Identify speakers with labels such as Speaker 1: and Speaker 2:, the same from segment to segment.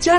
Speaker 1: 嘉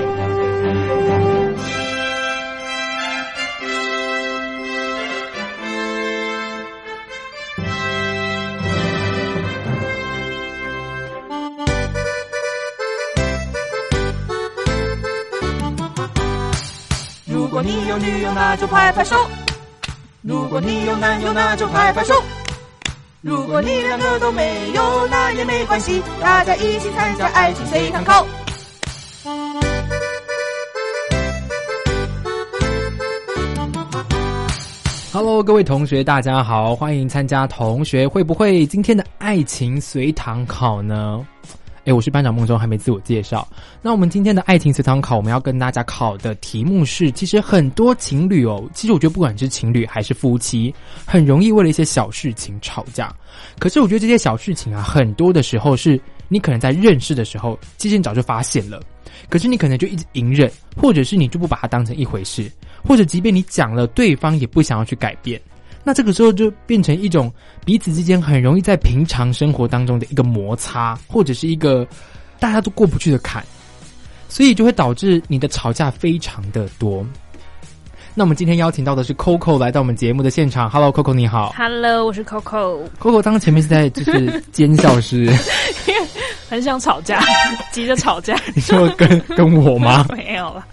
Speaker 2: 如果你有女友，那就拍拍手；如果你有男友，那就拍拍手；如果你两个都没有，那也没关系，大家一起参加爱情随堂考。
Speaker 3: Hello，各位同学，大家好，欢迎参加同学会不会今天的爱情随堂考呢？哎，我是班长孟中，还没自我介绍。那我们今天的爱情随堂考，我们要跟大家考的题目是，其实很多情侣哦，其实我觉得不管是情侣还是夫妻，很容易为了一些小事情吵架。可是我觉得这些小事情啊，很多的时候是你可能在认识的时候，其实你早就发现了，可是你可能就一直隐忍，或者是你就不把它当成一回事。或者即便你讲了，对方也不想要去改变。那这个时候就变成一种彼此之间很容易在平常生活当中的一个摩擦，或者是一个大家都过不去的坎，所以就会导致你的吵架非常的多。那我们今天邀请到的是 Coco 来到我们节目的现场，Hello Coco 你好
Speaker 4: Hello，我是 Coco，
Speaker 3: ，Coco 刚刚前面是在就是尖笑是，
Speaker 4: 很想吵 架，急着吵架，
Speaker 3: 你说跟跟我吗
Speaker 4: 没有了，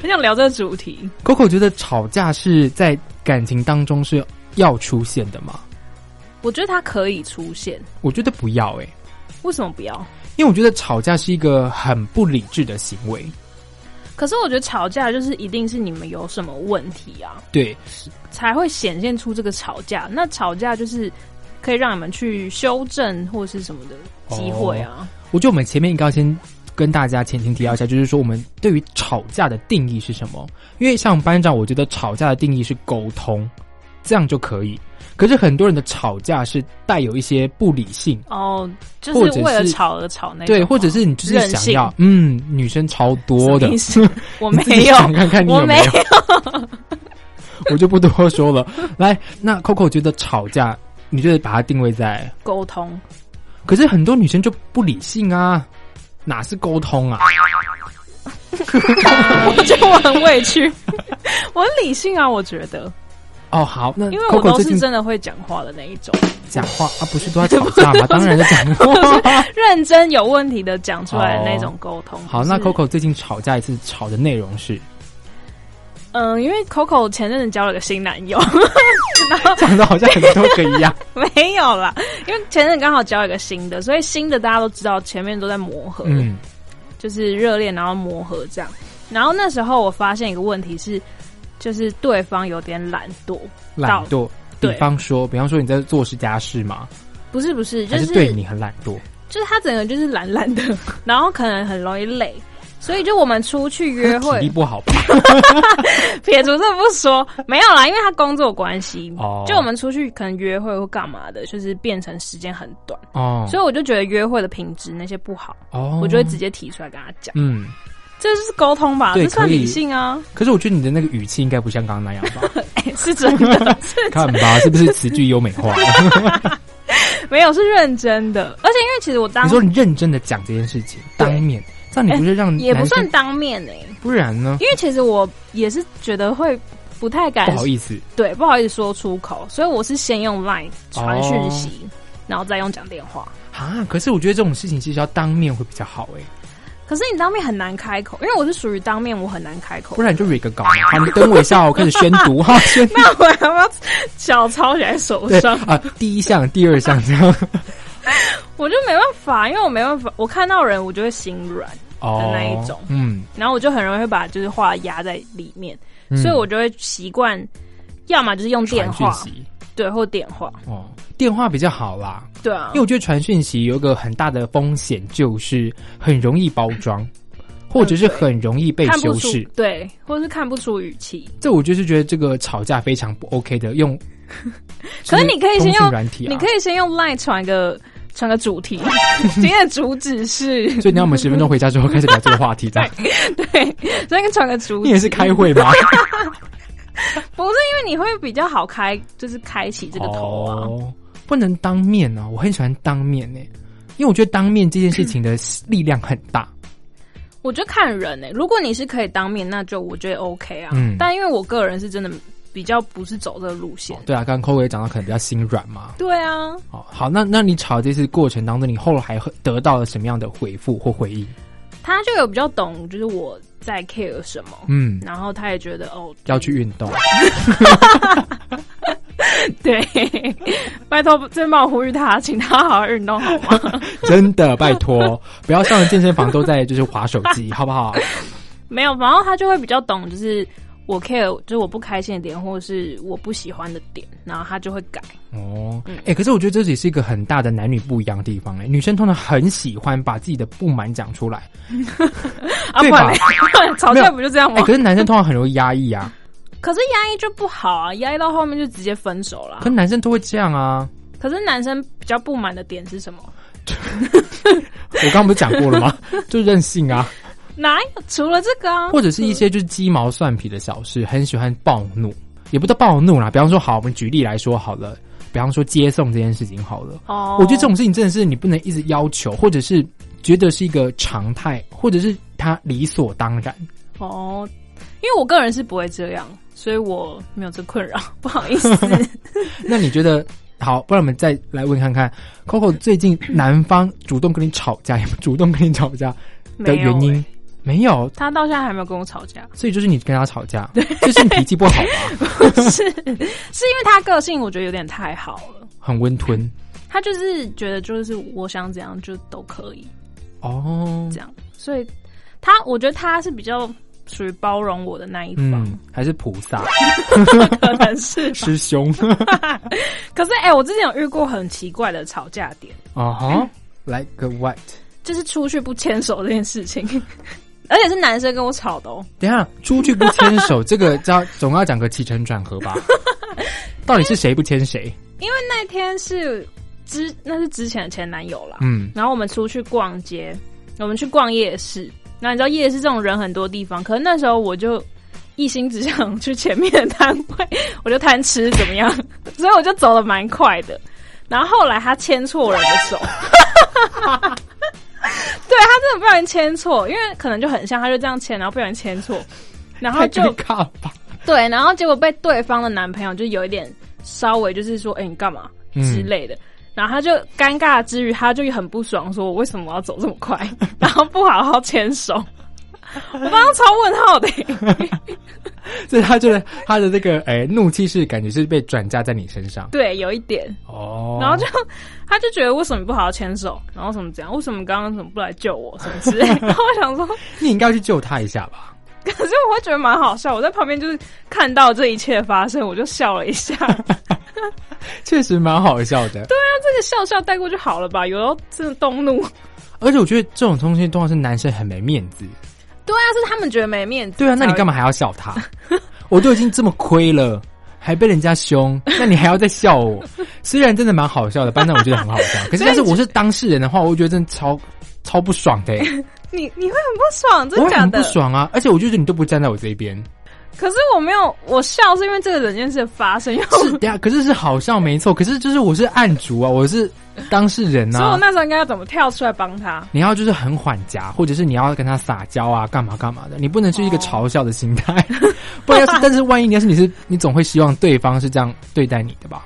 Speaker 4: 很想聊这个主题。
Speaker 3: ？Coco 觉得吵架是在感情当中是要出现的吗？
Speaker 4: 我觉得它可以出现，
Speaker 3: 我觉得不要诶、
Speaker 4: 为什么不要？
Speaker 3: 因为我觉得吵架是一个很不理智的行为。
Speaker 4: 可是我觉得吵架就是一定是你们有什么问题啊，
Speaker 3: 对，
Speaker 4: 才会显现出这个吵架。那吵架就是可以让你们去修正或是什么的机会啊。
Speaker 3: 我觉得我们前面应该要先跟大家前情提要一下，就是说我们对于吵架的定义是什么？因为像班长，我觉得吵架的定义是沟通，这样就可以。可是很多人的吵架是带有一些不理性，
Speaker 4: 哦，就
Speaker 3: 或者
Speaker 4: 是
Speaker 3: 是
Speaker 4: 为了吵而吵那种
Speaker 3: 对，
Speaker 4: 吗
Speaker 3: 或者是你就是
Speaker 4: 任
Speaker 3: 想
Speaker 4: 性
Speaker 3: 要，嗯，女生超多
Speaker 4: 什
Speaker 3: 的
Speaker 4: 么意，思 我 没
Speaker 3: 你自己
Speaker 4: 有，
Speaker 3: 想看看你有没
Speaker 4: 我
Speaker 3: 有。我就不多说了。来，那 Coco 觉得吵架，你觉得把它定位在
Speaker 4: 沟通，
Speaker 3: 可是很多女生就不理性啊，哪是沟通啊？
Speaker 4: 我觉得我很委屈， 我很理性啊，我觉得。
Speaker 3: 哦，好，那
Speaker 4: 因为我
Speaker 3: Coco
Speaker 4: 都
Speaker 3: 最
Speaker 4: 是
Speaker 3: 近
Speaker 4: 真的会讲话的那一 种，
Speaker 3: 讲话啊，不是都要吵架 吗？当然要讲话。
Speaker 4: 认真有问题的讲出来的那种沟通。
Speaker 3: 哦好，
Speaker 4: 就是
Speaker 3: 那 Coco 最近吵架一次，吵的内容是
Speaker 4: 嗯，因为 Coco 前阵子交了个新男友，
Speaker 3: 讲的好像很多个一样。
Speaker 4: 没有啦，因为前阵子刚好交了一个新的，所以新的大家都知道，前面都在磨合，
Speaker 3: 嗯，
Speaker 4: 就是热恋然后磨合这样。然后那时候我发现一个问题是，就是对方有点懒惰，
Speaker 3: 懒惰。比
Speaker 4: 对
Speaker 3: 方说，比方说你在做是家事嘛，
Speaker 4: 不是不是，就
Speaker 3: 还
Speaker 4: 是
Speaker 3: 是对你很懒惰？
Speaker 4: 就是他整个就是懒懒的， 然后可能很容易累。所以就我们出去约
Speaker 3: 体力
Speaker 4: 会，
Speaker 3: 不好吧？
Speaker 4: 撇除这不说，没有啦，因为他工作关系，
Speaker 3: 哦
Speaker 4: 就我们出去可能约会或干嘛的，就是变成时间很短，
Speaker 3: 哦，
Speaker 4: 所以我就觉得约会的品质那些不好，
Speaker 3: 哦，
Speaker 4: 我就会直接提出来跟他讲，
Speaker 3: 嗯。
Speaker 4: 这就是沟通吧，
Speaker 3: 对
Speaker 4: 这算
Speaker 3: 可以
Speaker 4: 理性啊，
Speaker 3: 可是我觉得你的那个语气应该不像刚刚那样吧？
Speaker 4: 哎是 真的，是
Speaker 3: 看吧，是不是词句优美化？
Speaker 4: 没有是认真的，而且因为其实我当
Speaker 3: 你说你认真的讲这件事情，
Speaker 4: 对哎
Speaker 3: 当面，这样你不是让
Speaker 4: 也不
Speaker 3: 男生
Speaker 4: 算当面哎、
Speaker 3: 不然呢？
Speaker 4: 因为其实我也是觉得会不太敢
Speaker 3: 不好意思，
Speaker 4: 对不好意思说出口，所以我是先用 Line 传
Speaker 3: 哦
Speaker 4: 讯息，然后再用讲电话。
Speaker 3: 啊，可是我觉得这种事情其实要当面会比较好哎、
Speaker 4: 可是你当面很难开口，因为我是属于当面我很难开口
Speaker 3: 不，然你就蕊个稿嘛，好，你等我一下哦，我开始宣读 哈，宣读。
Speaker 4: 那我要不要小抄写在手
Speaker 3: 对
Speaker 4: 上？
Speaker 3: 啊，第一项、第二项这样
Speaker 4: 我就没办法，因为我没办法，我看到人我就会心软，
Speaker 3: 哦
Speaker 4: 那一种
Speaker 3: 嗯，
Speaker 4: 然后我就很容易会把就是话压在里面，
Speaker 3: 嗯
Speaker 4: 所以我就会习惯，要么就是用电
Speaker 3: 传讯
Speaker 4: 话，
Speaker 3: 息
Speaker 4: 对，或电话，
Speaker 3: 哦，电话比较好啦，
Speaker 4: 对啊
Speaker 3: 因为，我觉得传讯息有一个很大的风险，就是很容易包装，或者是很容易被
Speaker 4: 看
Speaker 3: 修
Speaker 4: 不出
Speaker 3: 饰。，
Speaker 4: 嗯对，或是看不出语气。
Speaker 3: 这我就是觉得这个吵架非常不 OK 的，用
Speaker 4: 可是你可以
Speaker 3: 通
Speaker 4: 先
Speaker 3: 讯
Speaker 4: 用
Speaker 3: 软体啊，
Speaker 4: 你可以先用 Line 传个传个 主题，今天的主旨是
Speaker 3: 所以你要我们十分钟回家之后开始聊这个话题，这样
Speaker 4: 对，所以传个主
Speaker 3: 你
Speaker 4: 旨
Speaker 3: 也是开会 吗？
Speaker 4: 不是因为你会比较好开，就是开启这个头啊。
Speaker 3: 哦，不能当面啊！我很喜欢当面呢、因为我觉得当面这件事情的力量很大。
Speaker 4: 我觉得看人呢、如果你是可以当面，那就我觉得 OK 啊。
Speaker 3: 嗯
Speaker 4: 但因为我个人是真的比较不是走这个路线。
Speaker 3: 对啊，刚刚 Coco 也讲到，可能比较心软嘛。
Speaker 4: 对啊，
Speaker 3: 哦，好，那那你吵这次过程当中，你后来会得到了什么样的回复或回应？
Speaker 4: 他就有比较懂，就是我在 care 什么，
Speaker 3: 嗯，
Speaker 4: 然后他也觉得哦，
Speaker 3: 要去运动。
Speaker 4: 对，拜托，真帮我呼吁他，请他好好运动好 吗？
Speaker 3: 真的，拜 托，不要上了健身房都在就是划手机，好不好？
Speaker 4: 没有，然后他就会比较懂，就是我 care，就是我不开心的点，或者是我不喜欢的点，然后他就会改。
Speaker 3: 哦，哎、可是我觉得这也是一个很大的男女不一样的地方哎、女生通常很喜欢把自己的不满讲出 来，
Speaker 4: 啊，
Speaker 3: 对
Speaker 4: 不然
Speaker 3: 吧
Speaker 4: 嘞吵架不就这样
Speaker 3: 哎、
Speaker 4: 吗？
Speaker 3: 可是男生通常很容易压抑啊，
Speaker 4: 可是压抑就不好啊，压抑到后面就直接分手啦
Speaker 3: 可。男生都会这样啊。
Speaker 4: 可是男生比较不满的点是什么？
Speaker 3: 我刚刚不是讲过了 吗？就任性啊，
Speaker 4: 哪有？除了这个啊，
Speaker 3: 或者是一些就是鸡毛蒜皮的小事，很喜欢暴怒，也不叫暴怒啦。比方说，好，我们举例来说好了，比方说接送这件事情好了，
Speaker 4: 哦，
Speaker 3: 我觉得这种事情真的是你不能一直要求，或者是觉得是一个常态，或者是他理所当然。
Speaker 4: 哦，因为我个人是不会这样，所以我没有这困扰，不好 意思。
Speaker 3: 那你觉得？好，不然我们再来问看看，Coco 最近男方主动跟你吵架， 也不主动跟你吵架的
Speaker 4: 没有
Speaker 3: 原因
Speaker 4: 欸
Speaker 3: 没有，
Speaker 4: 他到现在还没有跟我吵架，
Speaker 3: 所以就是你跟他吵架， 就是你脾气不好吧，
Speaker 4: 是是因为他个性我觉得有点太好了，
Speaker 3: 很温吞
Speaker 4: 他就是觉得就是我想怎样就都可以
Speaker 3: 哦
Speaker 4: 这。样，所以他我觉得他是比较属于包容我的那一方，
Speaker 3: 嗯，还是菩萨
Speaker 4: 可能是吧。
Speaker 3: 师 兄
Speaker 4: 可是哎、我之前有遇过很奇怪的吵架点，
Speaker 3: 啊哈，like a what？
Speaker 4: 就是出去不牵手这件事情， 而且是男生跟我吵的哦。
Speaker 3: 等一下出去不牵 手，这个叫总要讲个起承转合吧？到底是谁不牵谁？
Speaker 4: 因为那天是之那是之前的前男友啦，
Speaker 3: 嗯，
Speaker 4: 然后我们出去逛街，我们去逛夜市。那你知道夜市这种人很多地方，可是那时候我就一心只想去前面的摊位， 我就贪吃怎么样， 所以我就走的蛮快的。然后后来他牵错人的手， 对他真的不小心牵错，因为可能就很像，他就这样牵，然后不小心牵错，然后
Speaker 3: 太
Speaker 4: 就
Speaker 3: 尴尬了吧？
Speaker 4: 对，然后结果被对方的男朋友就有一点稍微就是说，哎、你干嘛
Speaker 3: 嗯
Speaker 4: 之类的。然后他就尴尬之余，他就很不爽，说我为什么要走这么快， 然后不好好 牵手。我刚刚超问号的、
Speaker 3: 所以他觉得他的这个哎、怒气是感觉是被转嫁在你身上
Speaker 4: 对，有一点。
Speaker 3: 哦，
Speaker 4: 然后就他就觉得为什么你不好好牵手，然后什么这样，为什么刚刚怎么不来救我什么之类 的。然后我想说，
Speaker 3: 你应该去救他一下吧？
Speaker 4: 可是我会觉得蛮好笑。我在旁边就是看到这一切发生，我就笑了 一下。啊
Speaker 3: 确实蛮好笑的，对，
Speaker 4: 这个笑笑带过就好了吧？有时候真的动怒。
Speaker 3: 而且我觉得这种东西通常是男生很没面子，
Speaker 4: 对啊，是他们觉得没面子。
Speaker 3: 对啊，那你干
Speaker 4: 嘛？
Speaker 3: 嘛还要笑他？我都已经这么亏了，还被人家凶，那你还要再笑我？虽然真的蛮好笑的，班长我觉得很好笑， 可是但是我是当事人的话，我会觉得真的超超不爽的、欸，
Speaker 4: 你你会很不爽，真
Speaker 3: 我会
Speaker 4: 的假
Speaker 3: 很不
Speaker 4: 的？
Speaker 3: 爽啊！而且我就觉得你都不站在我这一边，
Speaker 4: 可是我没有，我笑是因为这个整件事的发生，因为我
Speaker 3: 是呀，可是是好笑没错，可是就是我是案主啊，我是当事人
Speaker 4: 所以我
Speaker 3: 啊。
Speaker 4: 那时候应该要怎么跳出来帮他？
Speaker 3: 你要就是很缓夹，或者是你要跟他撒娇啊，干嘛干嘛的，你不能是一个嘲笑的心 态。不然要是，但是万一你要是你是，你总会希望对方是这样对待你的吧？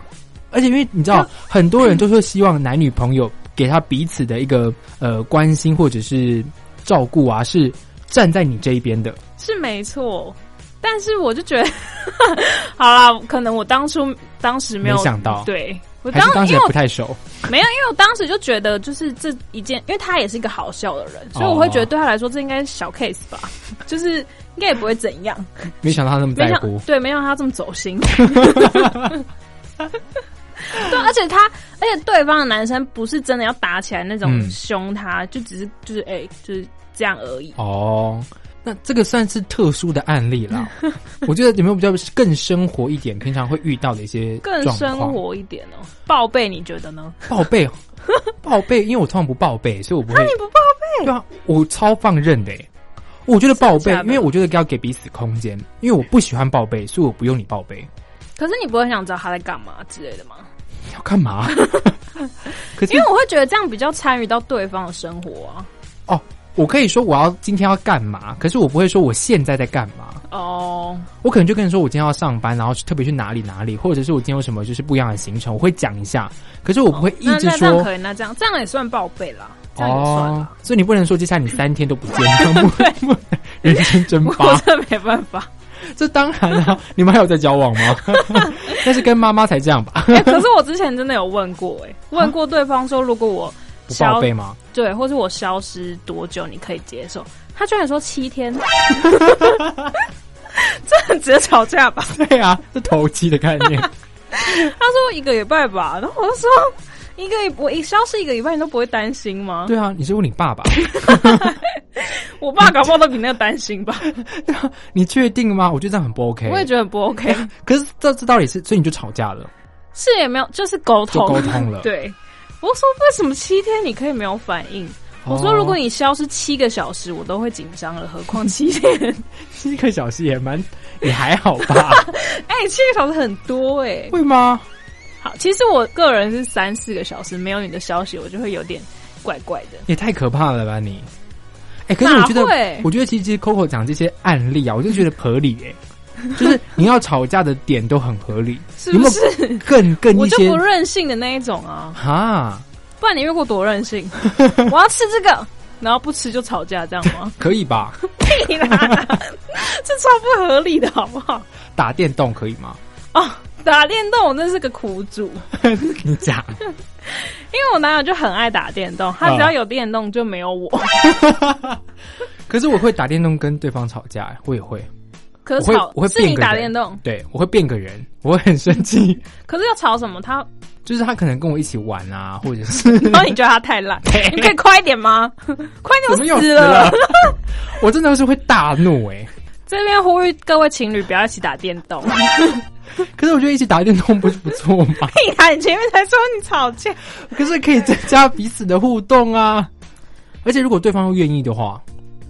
Speaker 3: 而且因为你知道，很多人都会希望男女朋友给他彼此的一个呃关心或者是照顾啊，是站在你这一边的。
Speaker 4: 是没错，但是我就觉得， 好啦，可能我当初当时没有
Speaker 3: 没想到
Speaker 4: 对我
Speaker 3: 还是当时
Speaker 4: 因
Speaker 3: 也
Speaker 4: 为
Speaker 3: 不太熟，
Speaker 4: 我没有，因为我当时就觉得就是这一件，因为他也是一个好笑的人，所以我会
Speaker 3: 哦
Speaker 4: 觉得对他来说这应该是小 case 吧，就是应该也不会怎样，
Speaker 3: 没想到他那么
Speaker 4: 没
Speaker 3: 在
Speaker 4: 想
Speaker 3: 乎。
Speaker 4: 对，没想到他这么走 心。 对，而且他，而且对方的男生不是真的要打起来那种
Speaker 3: 嗯
Speaker 4: 凶他，就只是就是哎、就是这样而已。
Speaker 3: 哦，那这个算是特殊的案例啦。我觉得有没有比较更生活一点，平常会遇到的一些
Speaker 4: 更
Speaker 3: 状
Speaker 4: 生
Speaker 3: 况
Speaker 4: 活一点哦，报备你觉得呢？
Speaker 3: 报备，报备，因为我通常不报备，所以我不会。
Speaker 4: 你不报
Speaker 3: 对啊，我超放任的欸。我觉得报备
Speaker 4: 真的假，的
Speaker 3: 因为我觉得要给彼此空间，因为我不喜欢报备，所以我不用你报备。
Speaker 4: 备，可是你不会想知道他在干嘛之类 的吗？
Speaker 3: 要干 嘛？可是
Speaker 4: 因为我会觉得这样比较参与到对方的生活啊。
Speaker 3: 我可以说我要今天要干嘛，可是我不会说我现在在干嘛。
Speaker 4: 哦，
Speaker 3: 我可能就跟你说我今天要上班，然后特别去哪里哪里，或者是我今天有什么就是不一样的行程，我会讲一下。可是我不会一
Speaker 4: 那
Speaker 3: 直
Speaker 4: 那这样
Speaker 3: 说哦
Speaker 4: 可以，那这样这样也算报备啦，这样也算啦。，
Speaker 3: 所以你不能说接下来你三天都不见，不不人间蒸
Speaker 4: 我
Speaker 3: 发。
Speaker 4: 真的没办法。
Speaker 3: 这当然啊，你们还有在交往吗？ 但是跟妈妈才这样吧，
Speaker 4: 哎、可是我之前真的有问过、哎，问过对方说，如果我
Speaker 3: 不报
Speaker 4: 消
Speaker 3: 备吗？
Speaker 4: 对，或是我消失多久你可以接受？他居然说 七天，这很值得吵架吧？
Speaker 3: 对啊，是投机的概念。
Speaker 4: 他说一个礼拜吧，然后我就说一个我一消失一个礼拜，你都不会担心吗？
Speaker 3: 对啊，你是问你爸爸，
Speaker 4: 我爸搞不好都比那个担心吧，
Speaker 3: 你确定吗？我觉得这样很不 OK
Speaker 4: 我。也觉得很不 OK，
Speaker 3: 可是这这道理是，所以你就吵架了，
Speaker 4: 是也没有，就是沟
Speaker 3: 就
Speaker 4: 通，
Speaker 3: 沟通了。，
Speaker 4: 对。我说为什么七天你可以没有反应？我
Speaker 3: 哦
Speaker 4: 说如果你消失七个小时，我都会紧张了，何况七 天？
Speaker 3: 七个小时也蛮也还好 吧？
Speaker 4: 哎、七个小时很多哎、
Speaker 3: 会吗？
Speaker 4: 好，其实我个人是三四个小时没有你的消息，我就会有点怪怪的。
Speaker 3: 也太可怕了吧你！哎、可是我觉得
Speaker 4: 哪会，
Speaker 3: 我觉得其实 Coco 讲这些案例啊，我就觉得合理哎、 就是你要吵架的点都很合理，
Speaker 4: 是不是？
Speaker 3: 有没有更更
Speaker 4: 我
Speaker 3: 一
Speaker 4: 就
Speaker 3: 些
Speaker 4: 不任性的那一种啊，
Speaker 3: 哈，
Speaker 4: 不然你遇过多任 性？我要吃这个，然后不吃就吵架，这样 吗？
Speaker 3: 可以吧？
Speaker 4: 屁啦，这超不合理的好不好？
Speaker 3: 打电动可以吗？
Speaker 4: 哦，打电动我真是个苦主，
Speaker 3: 你讲，
Speaker 4: 因为我男友就很爱打电动，他只
Speaker 3: 啊
Speaker 4: 要有电动就没 有我。
Speaker 3: 可是我会打电动跟对方吵架、哎我也会，
Speaker 4: 可
Speaker 3: 我
Speaker 4: 是
Speaker 3: 会
Speaker 4: 吵
Speaker 3: 我会
Speaker 4: 是
Speaker 3: 变
Speaker 4: 你
Speaker 3: 个
Speaker 4: 打
Speaker 3: 人
Speaker 4: 电动，
Speaker 3: 对我会变个人，我会很生气，
Speaker 4: 可是要吵什么？他
Speaker 3: 就是他可能跟我一起玩啊，或者 是
Speaker 4: 然后你觉得他太烂，你可以快一点吗？ 快
Speaker 3: 怎么
Speaker 4: 点，
Speaker 3: 又
Speaker 4: 我
Speaker 3: 死
Speaker 4: 死了
Speaker 3: 了。， 我真的是会大怒哎、
Speaker 4: 这边呼吁各位情侣不要一起打电动。
Speaker 3: 可是我觉得一起打电动不是不错吗？
Speaker 4: 屁啦！你前面才说你吵架，
Speaker 3: 可是可以增加彼此的互动啊。而且如果对方愿意的话，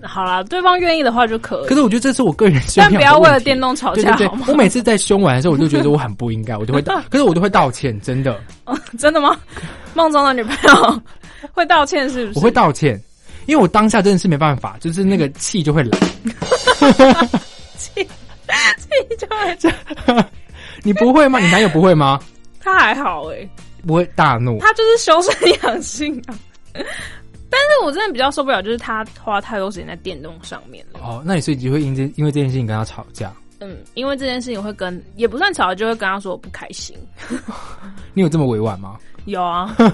Speaker 4: 好啦，对方愿意的话就可以。
Speaker 3: 可是我觉得这是我个人修
Speaker 4: 但
Speaker 3: 养的问
Speaker 4: 不
Speaker 3: 题。
Speaker 4: 要为了电动吵
Speaker 3: 对
Speaker 4: 架
Speaker 3: 对
Speaker 4: 好吗
Speaker 3: 对，我？每次在凶完的时候，我就觉得我很不应该，我就会 道，可是我就会道歉，真的，
Speaker 4: 真的 吗？梦中的女朋友会道歉是不是？
Speaker 3: 我会道歉，因为我当下真的是没办法，就是那个气就会来。
Speaker 4: 气 就会。
Speaker 3: 你不会吗？你男友不会吗？
Speaker 4: 他还好哎、
Speaker 3: 不会大怒
Speaker 4: 他就是修身养性啊。但是我真的比较受不了，就是他花太多时间在电动上面了。
Speaker 3: 哦？那你所以就会因这因为这件事情跟他吵架？
Speaker 4: 嗯，因为这件事情会跟也不算吵，就会跟他说我不开心。
Speaker 3: 你有这么委婉吗？
Speaker 4: 有啊，因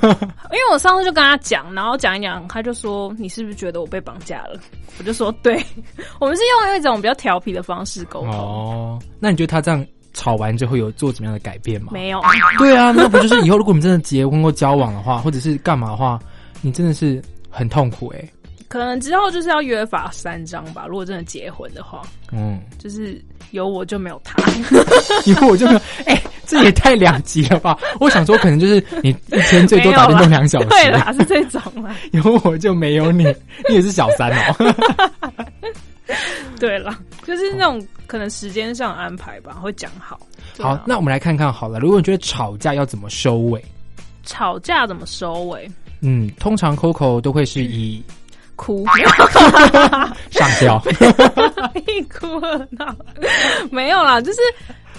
Speaker 4: 为我上次就跟他讲，然后讲一讲，他就说你是不是觉得我被绑架了？我就说对， 我们是用一种比较调皮的方式沟通，
Speaker 3: 哦，那你觉得他这样吵完之后有做怎么样的改变吗？
Speaker 4: 没有，
Speaker 3: 对啊，那不就是以后如果你真的结婚或交往的话，或者是干嘛的话，你真的是很痛苦哎、
Speaker 4: 可能之后就是要约法三章吧。如果真的结婚的话，
Speaker 3: 嗯，
Speaker 4: 就是有我就没 有他，
Speaker 3: 因为我就没有，哎、这也太两极了吧？我想说，可能就是你一天最多打电动两小时，
Speaker 4: 对啦，是这种啦，
Speaker 3: 有我就没有你，你也是小三哦。
Speaker 4: 对啦，就是那种可能时间上安排吧，会讲好。对啊
Speaker 3: 好，那我们来看看好了，如果你觉得吵架要怎么收尾？
Speaker 4: 吵架怎么收尾？
Speaker 3: 嗯，通常 Coco 都会是以
Speaker 4: 哭，
Speaker 3: 上吊，
Speaker 4: 一哭二闹，没有啦，就是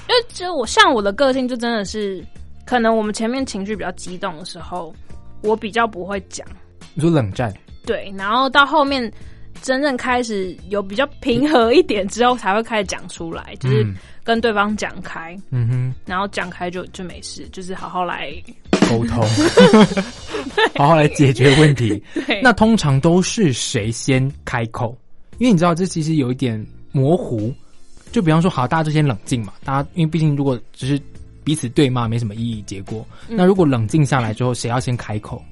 Speaker 4: 因为就我像我的个性，就真的是可能我们前面情绪比较激动的时候，我比较不会讲，
Speaker 3: 你说冷战，
Speaker 4: 对，然后到后面真正开始有比较平和一点之后，才会开始讲出来，就是
Speaker 3: 嗯
Speaker 4: 跟对方讲开，
Speaker 3: 嗯
Speaker 4: 然后讲开就就没事，就是好好来
Speaker 3: 哼，沟通， 好好来解决问题。
Speaker 4: 对。
Speaker 3: 那通常都是谁先开口？因为你知道，这其实有一点模糊。就比方说，好，大家就先冷静嘛。大家因为毕竟如果只是
Speaker 4: 嗯
Speaker 3: 彼此对骂，没什么意义。结果，那如果冷静下来之后，谁要先开口？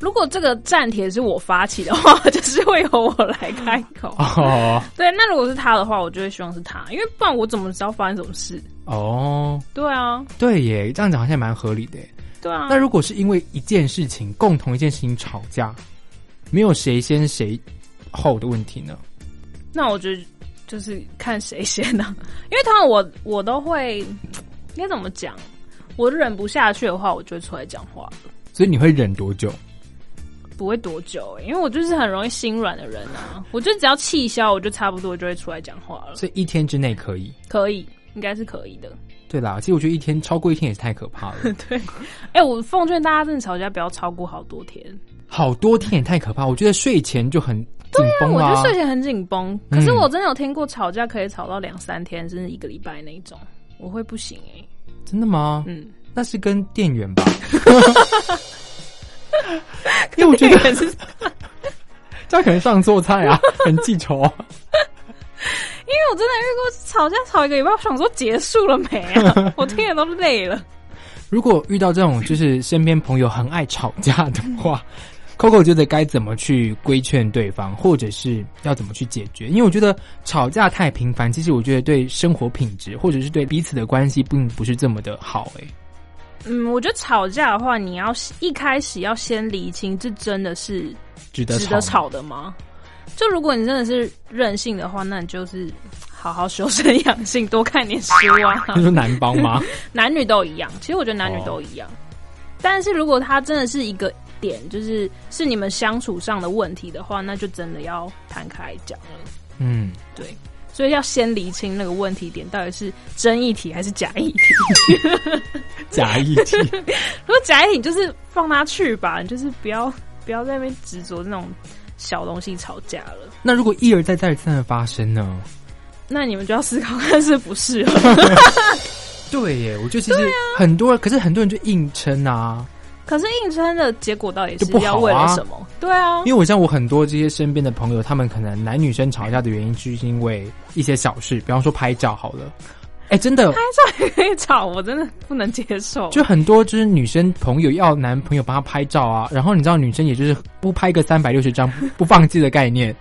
Speaker 4: 如果这个站帖是我发起的话，就是会由我来开口。
Speaker 3: 哦
Speaker 4: 对，那如果是他的话，我就会希望是他，因为不然我怎么知道发生什么事？
Speaker 3: 哦，
Speaker 4: 对啊，
Speaker 3: 对耶，这样讲好像也蛮合理的耶。
Speaker 4: 对啊
Speaker 3: 那。如果是因为一件事情，共同一件事情吵架，没有谁先谁后的问题呢？
Speaker 4: 嗯那我觉得就是看谁先呢、 因为通常我我都会嗯应该怎么讲，我忍不下去的话，我就会出来讲话，
Speaker 3: 所以你会忍多久？
Speaker 4: 不会多久、欸因为我就是很容易心软的人啊，我就只要气消，我就差不多就会出来讲话了，
Speaker 3: 所以一天之内可以。
Speaker 4: 可以，应该是可以的。
Speaker 3: 对啦，其实我觉得一天超过一天也是太可怕了，
Speaker 4: 哎、我奉劝大家，真的吵架不要超过好多天。
Speaker 3: 好多天也太可怕。我觉得睡前就很紧
Speaker 4: 但
Speaker 3: 绷啊
Speaker 4: 啊我
Speaker 3: 啦、
Speaker 4: 觉得睡前很紧绷，可是
Speaker 3: 嗯
Speaker 4: 我真的有听过吵架可以吵到两三天，甚至一个礼拜那一种，我会不行哎、
Speaker 3: 真的吗？
Speaker 4: 嗯，
Speaker 3: 那是跟店员 吧？因为我觉得
Speaker 4: 可是
Speaker 3: 这样可能上错菜啊， 很记仇啊。
Speaker 4: 因为我真的遇过吵架吵一个礼拜，我想说结束了没啊？我听了都累 了。
Speaker 3: 如果遇到这种就是身边朋友很爱吵架的 话，Coco 觉得该怎么去规劝对方，或者是要怎么去解决？因为我觉得吵架太频繁，其实我觉得对生活品质或者是对彼此的关系并不是这么的好、欸。
Speaker 4: 嗯，我觉得吵架的话，你要一开始要先理清，这真的是
Speaker 3: 值得
Speaker 4: 值
Speaker 3: 吵
Speaker 4: 得
Speaker 3: 吗
Speaker 4: 吵的吗？就如果你真的是任性的话，那你就是好好修身养性，多看点书啊
Speaker 3: 你。说男方吗？
Speaker 4: 男女都一样，其实我觉得男女都一样。但是如果他真的是一个点，就是是你们相处上的问题的话，那就真的要摊开讲了。
Speaker 3: 嗯，
Speaker 4: 对，所以要先厘清那个问题点到底是真议题还是假议题。
Speaker 3: 假意气。
Speaker 4: 如果假议题，你就是放他去吧，你就是不要不要在那边执着那种小东西吵架了。
Speaker 3: 那如果一而再再而三的发生呢？
Speaker 4: 那你们就要思考看是不是了。
Speaker 3: 对啊耶，我觉得其实很多人，可是很多人就硬撑啊。
Speaker 4: 可是硬撑的结果到底
Speaker 3: 就是不好啊
Speaker 4: 要为了什么？对啊
Speaker 3: 因，为我像我很多这些身边的朋友，他们可能男女生吵架的原因，是因为一些小事，比方说拍照好了。哎，真的，
Speaker 4: 可以吵，我真的不能接受。
Speaker 3: 就很多就是女生朋友要男朋友帮她拍照啊，然后你知道女生也就是不拍个三百六十张 不不放弃的概 念，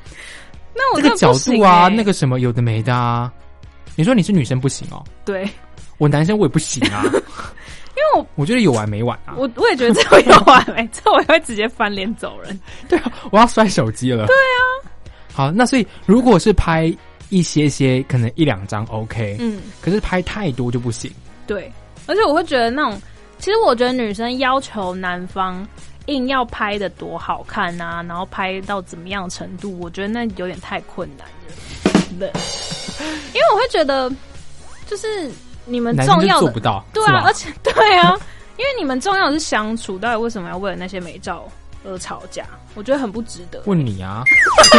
Speaker 4: 那我
Speaker 3: 这
Speaker 4: 真
Speaker 3: 个
Speaker 4: 的
Speaker 3: 角
Speaker 4: 不行
Speaker 3: 度啊，
Speaker 4: 欸
Speaker 3: 那个什么有的没的啊。你说你是女生不行哦，
Speaker 4: 对，因
Speaker 3: 我男生我也不行 啊，
Speaker 4: 为我
Speaker 3: 我觉得有完没完啊，我
Speaker 4: 我我也觉得这会有完美，这我也会直接翻脸走人。
Speaker 3: 我要摔手机了。对啊，好，那所以如果是拍一些些，可能一两张 OK，、
Speaker 4: 嗯。
Speaker 3: 可是拍太多就不行。
Speaker 4: 对，而且我会觉得那种，其实我觉得女生要求男方硬要拍的多好看啊，然后拍到怎么样的程度，我觉得那有点太困难了。对，因为我会觉得，就是你们
Speaker 3: 男生
Speaker 4: 重
Speaker 3: 就
Speaker 4: 要
Speaker 3: 做
Speaker 4: 的
Speaker 3: 不，到，
Speaker 4: 对
Speaker 3: 是
Speaker 4: 啊
Speaker 3: 吧，
Speaker 4: 而且对啊，因为你们重要的是相处，到底为什么要为了那些美照而吵架？我觉得很不值得。
Speaker 3: 问你啊，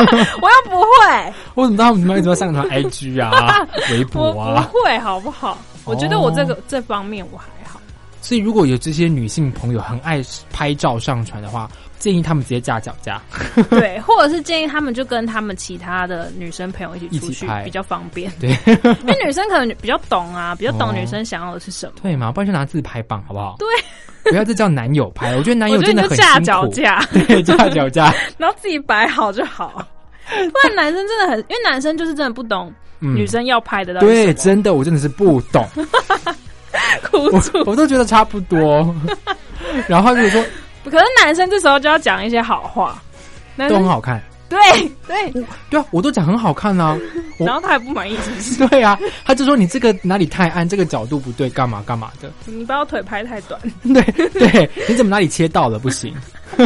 Speaker 4: 我又不会，
Speaker 3: 我怎么知道你们一直要上 传 IG 啊、微博
Speaker 4: 我
Speaker 3: 啊？哦
Speaker 4: 不会，好不好？我觉得我这个、这方面我还好。
Speaker 3: 所以如果有这些女性朋友很爱拍照上传的话，建议她们直接架脚架。
Speaker 4: 对，或者是建议他们就跟他们其他的女生朋友一起出
Speaker 3: 一起
Speaker 4: 去
Speaker 3: 拍
Speaker 4: 比较方便，
Speaker 3: 对
Speaker 4: 因为女生可能比较 懂啊，比较
Speaker 3: 哦
Speaker 4: 懂女生想要的是什么。
Speaker 3: 对嘛，不然就拿自拍棒好不好？
Speaker 4: 对，
Speaker 3: 不要再叫男友拍，我觉得男
Speaker 4: 我
Speaker 3: 友
Speaker 4: 觉得
Speaker 3: 真
Speaker 4: 你
Speaker 3: 的很
Speaker 4: 就架
Speaker 3: 辛
Speaker 4: 脚
Speaker 3: 苦，
Speaker 4: 架，
Speaker 3: 对，架脚架，
Speaker 4: 然后自己摆好 就好。不然男生真的很，因为男生就是真的不懂
Speaker 3: 嗯
Speaker 4: 女。生要拍的到底
Speaker 3: 对，
Speaker 4: 是什么
Speaker 3: 真的，我真的是不懂，
Speaker 4: 哭
Speaker 3: 我
Speaker 4: 住。
Speaker 3: 我都觉得差不多。然后就是说
Speaker 4: 可是男生这时候就要讲一些好话，男
Speaker 3: 都很
Speaker 4: 生
Speaker 3: 好看，
Speaker 4: 对对，
Speaker 3: 对啊，我都讲很好看啊，我
Speaker 4: 然后他还不满意，是不是？
Speaker 3: 对啊，他就说你这个哪里太暗，这个角度不对，干嘛干嘛的，
Speaker 4: 你把我腿拍太短，
Speaker 3: 对对，你怎么哪里切到了不行？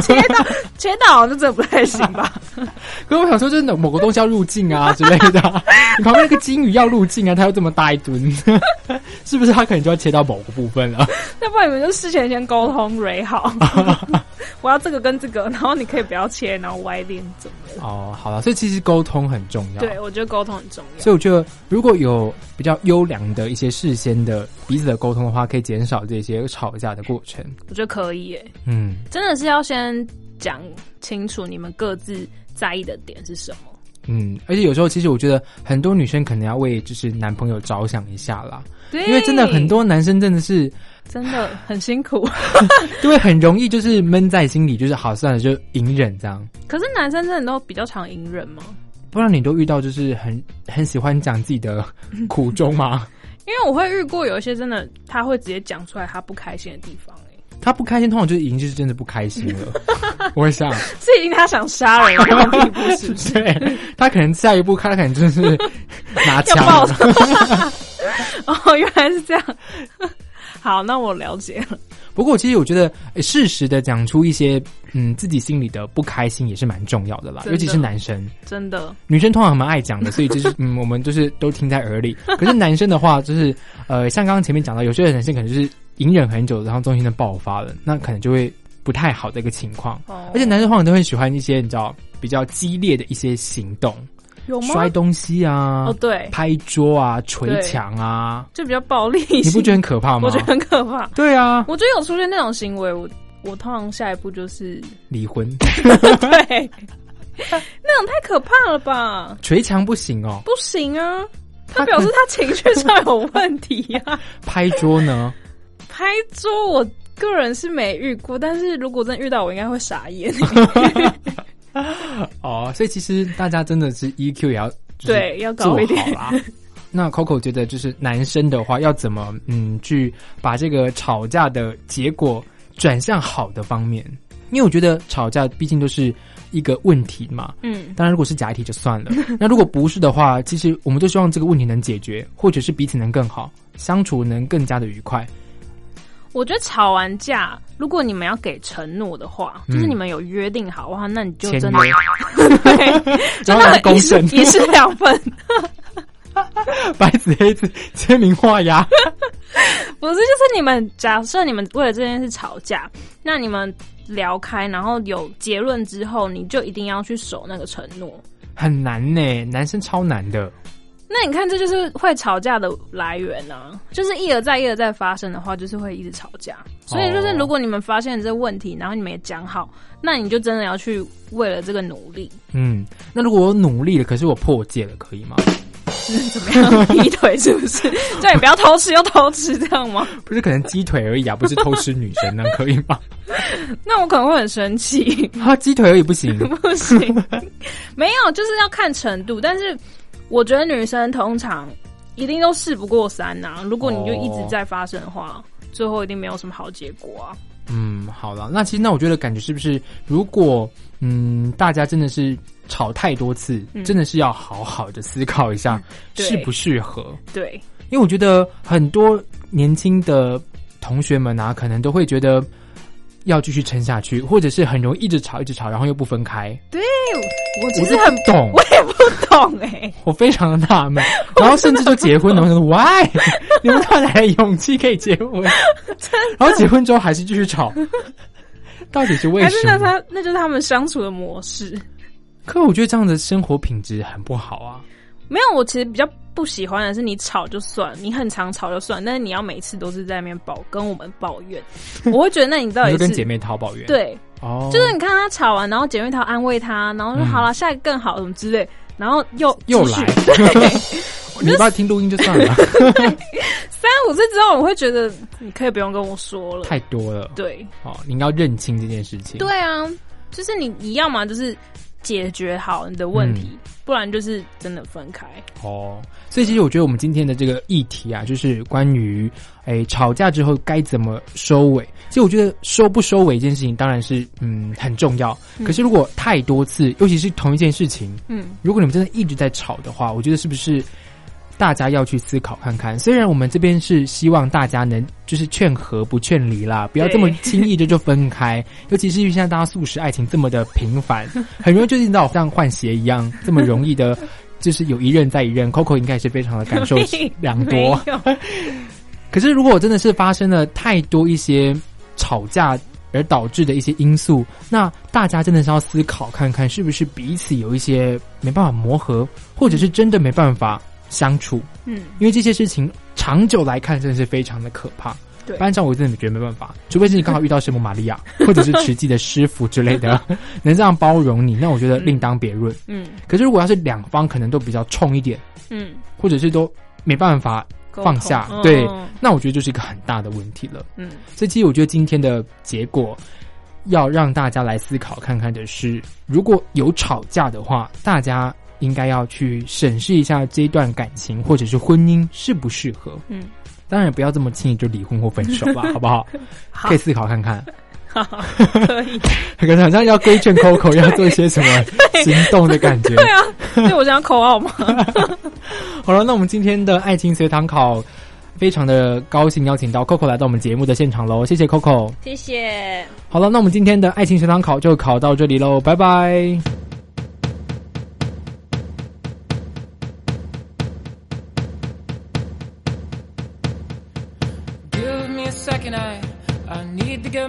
Speaker 4: 切到切到这真的不太行吧？
Speaker 3: 可是我想说，就是某个东西要入境啊之类的啊、你旁边那个金鱼要入境啊，它又这么大一吨， 是不是它可能就要切到某个部分了？
Speaker 4: 要不然你们就事前先沟通蕊 好，我要这个跟这个，然后你可以不要切，然后歪脸怎么的？
Speaker 3: 哦，好了，所以其实沟通很重要。
Speaker 4: 对，，我觉得沟通很重要。
Speaker 3: 所以我觉得如果有比较优良的一些事先的彼此的沟通的话，可以减少这些吵架的过程。
Speaker 4: 我觉得可以耶，
Speaker 3: 嗯，
Speaker 4: 真的是要先讲清楚你们各自在意的点是什么。
Speaker 3: 嗯，而且有时候其实我觉得很多女生可能要为就是男朋友着想一下啦，
Speaker 4: 对，
Speaker 3: 因为真的很多男生真的是
Speaker 4: 真的很辛 苦。
Speaker 3: 就会很容易就是闷在心里，就是好算了就隐忍这样。
Speaker 4: 可是男生真的都比较常隐忍吗？
Speaker 3: 不然你都遇到就是很很喜欢讲自己的苦衷吗？
Speaker 4: 因为我会遇过有一些真的他会直接讲出来他不开心的地 方、欸，
Speaker 3: 他不开心，通常就是已经就是真的不开心 了。我想，
Speaker 4: 是已经他想杀人了， 然后并不是
Speaker 3: 对他可能下一步看，他可能真的是拿
Speaker 4: 要爆
Speaker 3: 枪了。
Speaker 4: 哦，原来是这样。 好，那我了解了。
Speaker 3: 不过，其实我觉得诶适时的讲出一些嗯自己心里的不开心也是蛮重要的啦，
Speaker 4: 真的
Speaker 3: 尤其是男生，
Speaker 4: 真的，
Speaker 3: 女生通常蛮爱讲的，所以就是 嗯，我们就是都听在耳里。可是男生的话，就是呃，像刚刚前面讲到，有些男生可能就是隐忍很久，然后终于真的爆发了，那可能就会不太好的一个情况。
Speaker 4: 哦
Speaker 3: 而且男生通常都会喜欢一些你知道比较激烈的一些行动，
Speaker 4: 有吗
Speaker 3: 摔？东西啊。
Speaker 4: 哦，对，
Speaker 3: 拍桌啊，捶墙啊，
Speaker 4: 就比较暴力。
Speaker 3: 你不觉得很可怕吗？
Speaker 4: 我觉得很可怕。
Speaker 3: 对啊，
Speaker 4: 我觉得有出现那种行为，我我通常下一步就是
Speaker 3: 离婚
Speaker 4: 对，那种太可怕了吧？
Speaker 3: 捶墙不行哦，
Speaker 4: 不行啊，他表示他情绪上有问题呀、啊。
Speaker 3: 拍桌呢？
Speaker 4: 拍桌我个人是没遇过，但是如果真遇到，我应该会 傻眼。
Speaker 3: 哦，所以其实大家真的是 EQ 也要就是
Speaker 4: 对要高一点
Speaker 3: 做好啦。 那 Coco 觉得，就是男生的话，要怎么嗯去把这个吵架的结果转向好的方面？因为我觉得吵架毕竟都是一个问题嘛。
Speaker 4: 嗯，
Speaker 3: 当然，如果是假议题就算 了。那如果不是的话，其实我们就希望这个问题能解决，或者是彼此能更好相处，能更加的愉快。
Speaker 4: 我觉得吵完架，如果你们要给承诺的话，
Speaker 3: 嗯
Speaker 4: 就是你们有约定好的话，那你就
Speaker 3: 签
Speaker 4: 真的
Speaker 3: 约
Speaker 4: 对，
Speaker 3: 然
Speaker 4: 真
Speaker 3: 后还
Speaker 4: 的
Speaker 3: 公
Speaker 4: 一式
Speaker 3: 审
Speaker 4: 一式两份，
Speaker 3: 白纸黑字签名画押。
Speaker 4: 不是就是你们假设你们为了这件事吵架，那你们聊开，然后有结论之后，你就一定要去守那个承诺。
Speaker 3: 很难呢、男生超难的。
Speaker 4: 那你看，这就是会吵架的来源呢、就是一而再、一而再发生的话，就是会一直吵架。所以就是，如果你们发现这问题，然后你们也讲好，那你就真的要去为了这个努力，
Speaker 3: 嗯，那如果我努力了，可是我破戒了，可以吗？
Speaker 4: 怎么样劈腿是不 是？叫你不要偷吃又偷吃这样吗？
Speaker 3: 不是，可能鸡腿而已啊，不是偷吃女生呢，可以吗？
Speaker 4: 那我可能会很生气，
Speaker 3: 啊，鸡腿而已不行。
Speaker 4: 不行，没有，就是要看程度。但是我觉得女生通常一定都事不过三呐、如果你就一直在发生的话，最后一定没有什么好结果啊。
Speaker 3: 嗯，好了，那其实那我觉得感觉是不是，如果嗯大家真的是吵太多次，
Speaker 4: 嗯
Speaker 3: 真的是要好好的思考一下
Speaker 4: 对
Speaker 3: 适不适合，
Speaker 4: 对。
Speaker 3: 因为我觉得很多年轻的同学们啊，可能都会觉得。要继续撑下去，或者是很容易一直吵一直吵，然后又不分开，
Speaker 4: 我其
Speaker 3: 我
Speaker 4: 实
Speaker 3: 就
Speaker 4: 很
Speaker 3: 不懂。
Speaker 4: 我也不懂哎、
Speaker 3: 我非常的纳闷，然后甚至就结婚了。我想说，why？你 们哪来的勇气可以结婚？然后结婚之后还是继续吵，到底是为
Speaker 4: 还是那
Speaker 3: 什么？
Speaker 4: 他那就是他们相处的模式。
Speaker 3: 可我觉得这样的生活品质很不好啊。
Speaker 4: 没有，我其实比较不喜欢的是你吵就算，你很常吵就算，但是你要每次都是在那边抱跟我们抱怨，我会觉得那你到
Speaker 3: 你
Speaker 4: 底
Speaker 3: 就跟
Speaker 4: 呃是
Speaker 3: 姐妹淘抱怨，，
Speaker 4: 对，
Speaker 3: 哦，
Speaker 4: 就是你看他吵完，然后姐妹淘安慰他，然后说
Speaker 3: 嗯
Speaker 4: 好了，下一个更好什么之类，然后又
Speaker 3: 又
Speaker 4: 继续
Speaker 3: 来，你不要听录音就算了，
Speaker 4: 三五次之后，我会觉得你可以不用跟我说了。
Speaker 3: 太多了。
Speaker 4: 对
Speaker 3: 哦，你应该要认清这件事情。
Speaker 4: 对啊，就是你你要嘛就是解决好你的问题，
Speaker 3: 嗯
Speaker 4: 不然就是真的分开。
Speaker 3: 哦，所以其实我觉得我们今天的这个议题啊，就是关于诶吵架之后该怎么收尾。其实我觉得收不收尾这件事情当然是嗯很重要，
Speaker 4: 嗯
Speaker 3: 可是如果太多次，尤其是同一件事情，
Speaker 4: 嗯，
Speaker 3: 如果你们真的一直在吵的话，我觉得是不是大家要去思考看看？虽然我们这边是希望大家能就是劝和不劝离啦，不要
Speaker 4: 对
Speaker 3: 这么轻易的就分开， 尤其是现在大家素食爱情这么的频繁，很容易就是你知道像换鞋一样这么容易的。就是有一任再一任，Coco 应该也是非常的感受良
Speaker 4: 没
Speaker 3: 多。
Speaker 4: 有
Speaker 3: 可是如果真的是发生了太多一些吵架而导致的一些因素，那大家真的是要思考看看，是不是彼此有一些没办法磨合，或者是真的没办法相处，
Speaker 4: 嗯，
Speaker 3: 因为这些事情长久来看真的是非常的可怕。
Speaker 4: 对
Speaker 3: 班长我真的觉得没办法，除非是你刚好遇到圣母玛利亚或者是慈济的师傅之类的， 能这样包容你，那我觉得另当别论。
Speaker 4: 嗯
Speaker 3: 可是如果要是两方可能都比较冲一点，
Speaker 4: 嗯，
Speaker 3: 或者是都没办法，
Speaker 4: 沟
Speaker 3: 放
Speaker 4: 通
Speaker 3: 下
Speaker 4: 嗯
Speaker 3: 对那我觉得就是一个很大的问题了。
Speaker 4: 嗯，
Speaker 3: 所以其实我觉得今天的结果要让大家来思考看看的是，如果有吵架的话，大家应该要去审视一下这段感情或者是婚姻适不适合。
Speaker 4: 嗯，
Speaker 3: 当然不要这么轻易就离婚或分手吧， 好不好？
Speaker 4: 好
Speaker 3: 可以思考看看。
Speaker 4: 好，可以。
Speaker 3: 感觉好像要规劝 Coco 要做一些什么行动的感觉。
Speaker 4: 对啊，对我想要口号嘛。
Speaker 3: 好了，那我们今天的爱情随堂考。非常的高兴邀请到 Coco 来到我们节目的现场喽，谢谢 Coco。
Speaker 4: 谢谢。
Speaker 3: 好了，那我们今天的爱情学堂考就考到这里喽，拜拜。
Speaker 5: Give me a second, I I need to get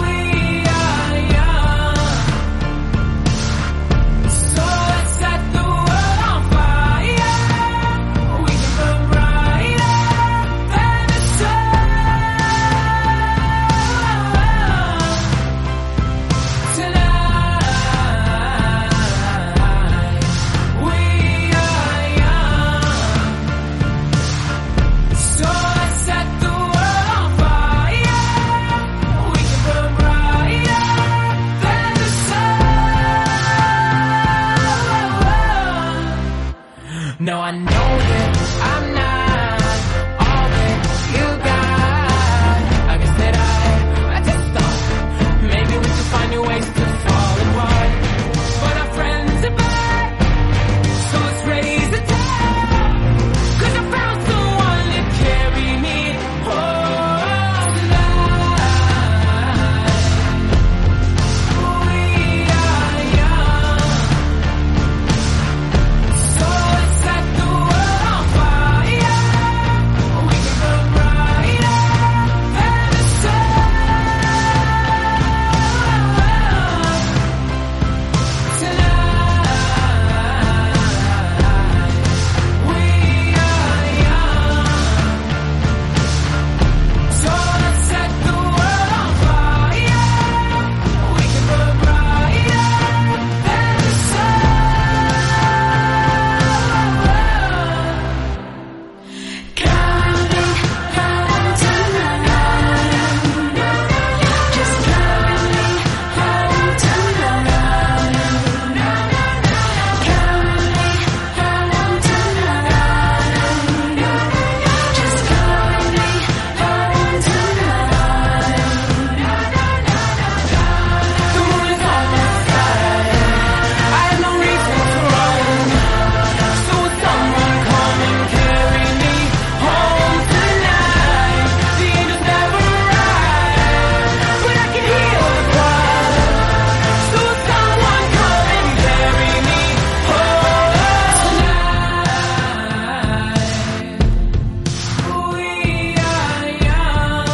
Speaker 5: We are young, so let's set the world on fire. We can burn brighter than the sun tonight. We are young, so let's set the world on fire. We can burn brighter than the sun. No, I know that I'm not all that you got. I guess that I, I just thought maybe we could find new ways to fall apart. But our friends are back, so let's raise the tide. 'Cause I found someone to carry me home tonight. We are young. So let's set the world on fire. We can burn brighter than the sun tonight. We are young, so let's set the world on fire. We can burn brighter than the sun. The moon is on the sky. I have no reason to run. So will someone come and carry me home tonight? The angels never arrive, but I can hear the cry. So will someone come and carry me home tonight? We are young.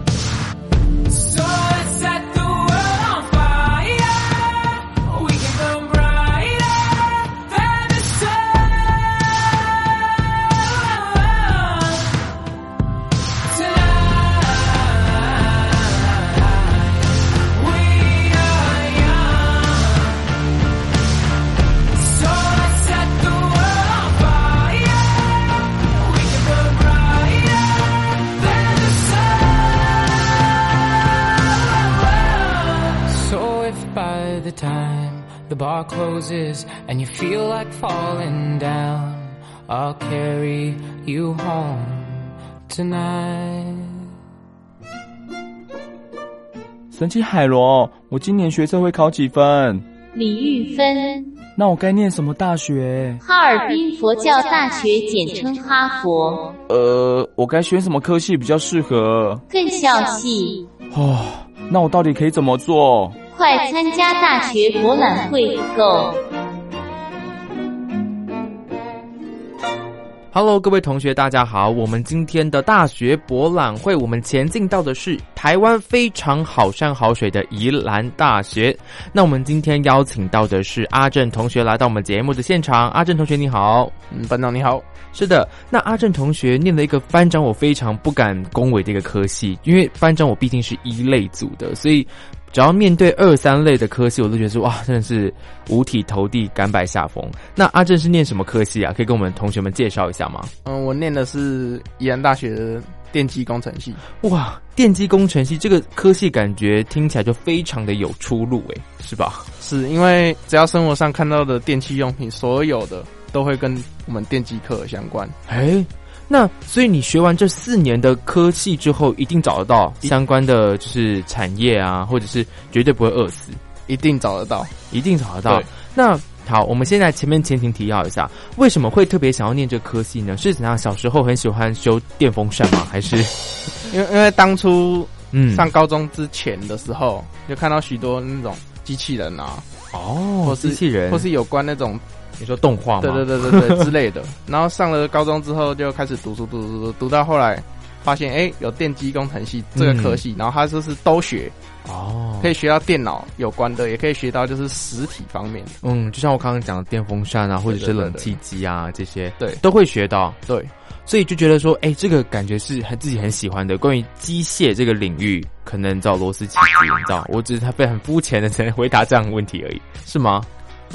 Speaker 5: So let's set the world on fire. We can burn brighter than the sun tonight. We are young, so let's set the world on fire. We can burn brighter than the sun. So if by the time the bar closes and you feel like falling down, I'll carry you home tonight.
Speaker 6: 神奇海螺，我今年学测会考几分？
Speaker 7: 李玉芬，
Speaker 6: 那我该念什么大学？
Speaker 7: 哈尔滨佛教大学简称哈佛，
Speaker 6: 呃，我该选什么科系比较适合？
Speaker 7: 更校系。
Speaker 6: 哦，那我到底可以怎么做？
Speaker 7: 快参加大学博览会购。
Speaker 5: Hello，各位同学，大家好。我们今天的大学博览会，我们前进到的是台湾非常好山好水的宜兰大学。那我们今天邀请到的是阿正同学来到我们节目的现场。阿正同学，你好。
Speaker 8: 嗯，班长你好。
Speaker 5: 是的，那阿正同学念了一个班长我非常不敢恭维的一个科系，因为班长我毕竟是一类组的，所以只要面对二三类的科系，我都觉得说哇，真的是五体投地，甘拜下风。那阿正是念什么科系啊？可以跟我们同学们介绍一下吗？
Speaker 8: 嗯，我念的是宜兰大学的电机工程系。
Speaker 5: 哇，电机工程系这个科系感觉听起来就非常的有出路诶，是吧？
Speaker 8: 是因为只要生活上看到的电器用品，所有的都会跟我们电机课相关。
Speaker 5: 哎，那所以你学完这四年的科系之后，一定找得到相关的就是产业啊，或者是绝对不会饿死，
Speaker 8: 一定找得到。
Speaker 5: 一定找得到
Speaker 8: 对。
Speaker 5: 那好，我们现在前面前情提要一下，为什么会特别想要念这科系呢？是怎样小时候很喜欢修电风扇吗？还是
Speaker 8: 因为因为当初
Speaker 5: 嗯
Speaker 8: 上高中之前的时候，就看到许多那种机器人啊，
Speaker 5: 哦
Speaker 8: 或是
Speaker 5: 机器人，
Speaker 8: 或是有关那种
Speaker 5: 你说动画吗？
Speaker 8: 对对对对对之 类的。然后上了高中之后，就开始读书读读读读到后来。发现哎、有电机工程系这个科
Speaker 5: 嗯
Speaker 8: 系，然后它就是都学，
Speaker 5: 哦，
Speaker 8: 可以学到电脑有关的，也可以学到就是实体方面的。
Speaker 5: 嗯，就像我刚刚讲的电风扇啊，或者是
Speaker 8: 对对
Speaker 5: 冷气机啊这些，
Speaker 8: 对
Speaker 5: 都会学到。
Speaker 8: 对，
Speaker 5: 所以就觉得说，哎、这个感觉是很自己很喜欢的。关于机械这个领域，可能你知道螺丝起子，你知道，我只是他非常肤浅的只能回答这样的问题而已，是吗？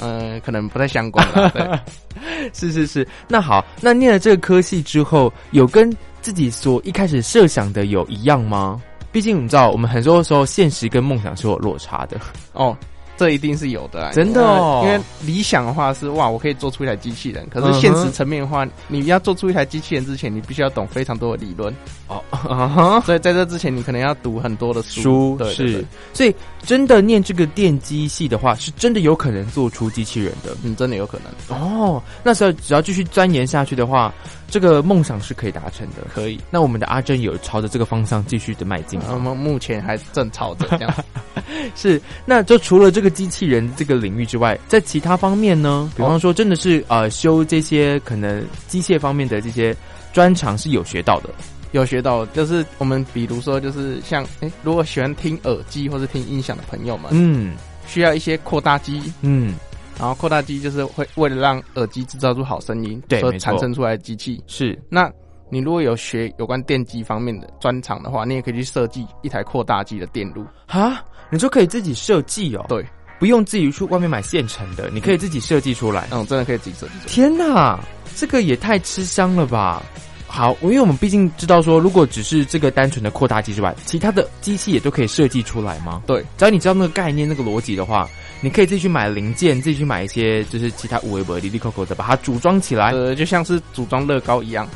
Speaker 8: 嗯，可能不太相关啦。对，
Speaker 5: 是是是。那好，那念了这个科系之后，有跟自己所一开始设想的有一样吗？毕竟你知道，我们很多时候现实跟梦想是有落差的。
Speaker 8: 哦，这一定是有的啊，
Speaker 5: 真的哦
Speaker 8: 因为因为理想的话是哇，我可以做出一台机器人，可
Speaker 5: 嗯
Speaker 8: 是
Speaker 5: 哼
Speaker 8: 现实层面的话，你要做出一台机器人之前，你必须要懂非常多的理论，
Speaker 5: 哦，啊哈。
Speaker 8: 所以在这之前，你可能要读很多的
Speaker 5: 书
Speaker 8: 对对
Speaker 5: 是
Speaker 8: 对，
Speaker 5: 所以真的念这个电机系的话，是真的有可能做出机器人的
Speaker 8: 嗯，真的有可能
Speaker 5: 哦。那时候只要继续钻研下去的话，这个梦想是可以达成的。
Speaker 8: 可以。
Speaker 5: 那我们的阿珍有朝着这个方向继续的迈进吗
Speaker 8: 那我们目前还正朝着这样，
Speaker 5: 是，那就除了这个机器人这个领域之外，在其他方面呢，比
Speaker 8: 哦
Speaker 5: 方说真的是呃修这些可能机械方面的这些专长是有学到的。
Speaker 8: 有学到，就是我们比如说，就是像哎，如果喜欢听耳机或是听音响的朋友们，
Speaker 5: 嗯
Speaker 8: 需要一些扩大机，
Speaker 5: 嗯，
Speaker 8: 然后扩大机就是会为了让耳机制造出好声音，
Speaker 5: 对
Speaker 8: 所
Speaker 5: 没错
Speaker 8: 产生出来的机器。
Speaker 5: 是
Speaker 8: 那你如果有学有关电机方面的专长的话，你也可以去设计一台扩大机的电路。
Speaker 5: 啊，你说可以自己设计哦，
Speaker 8: 对，
Speaker 5: 不用自己去外面买现成的，你可以自己设计出来。
Speaker 8: 嗯，真的可以自己设计出来。
Speaker 5: 天哪，这个也太吃香了吧！好，因为我们毕竟知道说，如果只是这个单纯的扩大机之外，其他的机器也都可以设计出来吗？
Speaker 8: 对，
Speaker 5: 只要你知道那个概念、那个逻辑的话，你可以自己去买零件，自己去买一些就是其他五维维、里里扣扣的，把它组装起来。
Speaker 8: 呃，就像是组装乐高一样，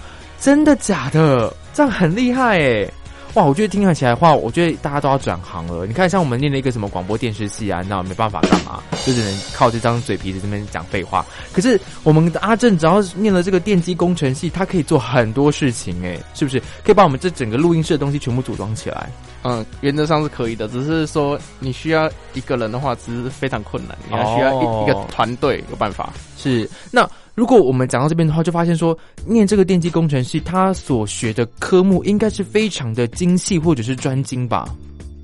Speaker 5: 真的假的？这样很厉害诶！哇，我觉得听起来的话，我觉得大家都要转行了。你看，像我们念了一个什么广播电视系啊，那没办法干嘛，就只能靠这张嘴皮子这边讲废话。可是我们的阿正只要念了这个电机工程系，他可以做很多事情诶，是不是？可以把我们这整个录音室的东西全部组装起来。
Speaker 8: 嗯，原则上是可以的，只是说你需要一个人的话，只是非常困难，你
Speaker 5: 哦
Speaker 8: 要需要一、一个团队有办法。
Speaker 5: 是，那如果我们讲到这边的话，就发现说，念这个电机工程系，他所学的科目应该是非常的精细或者是专精吧？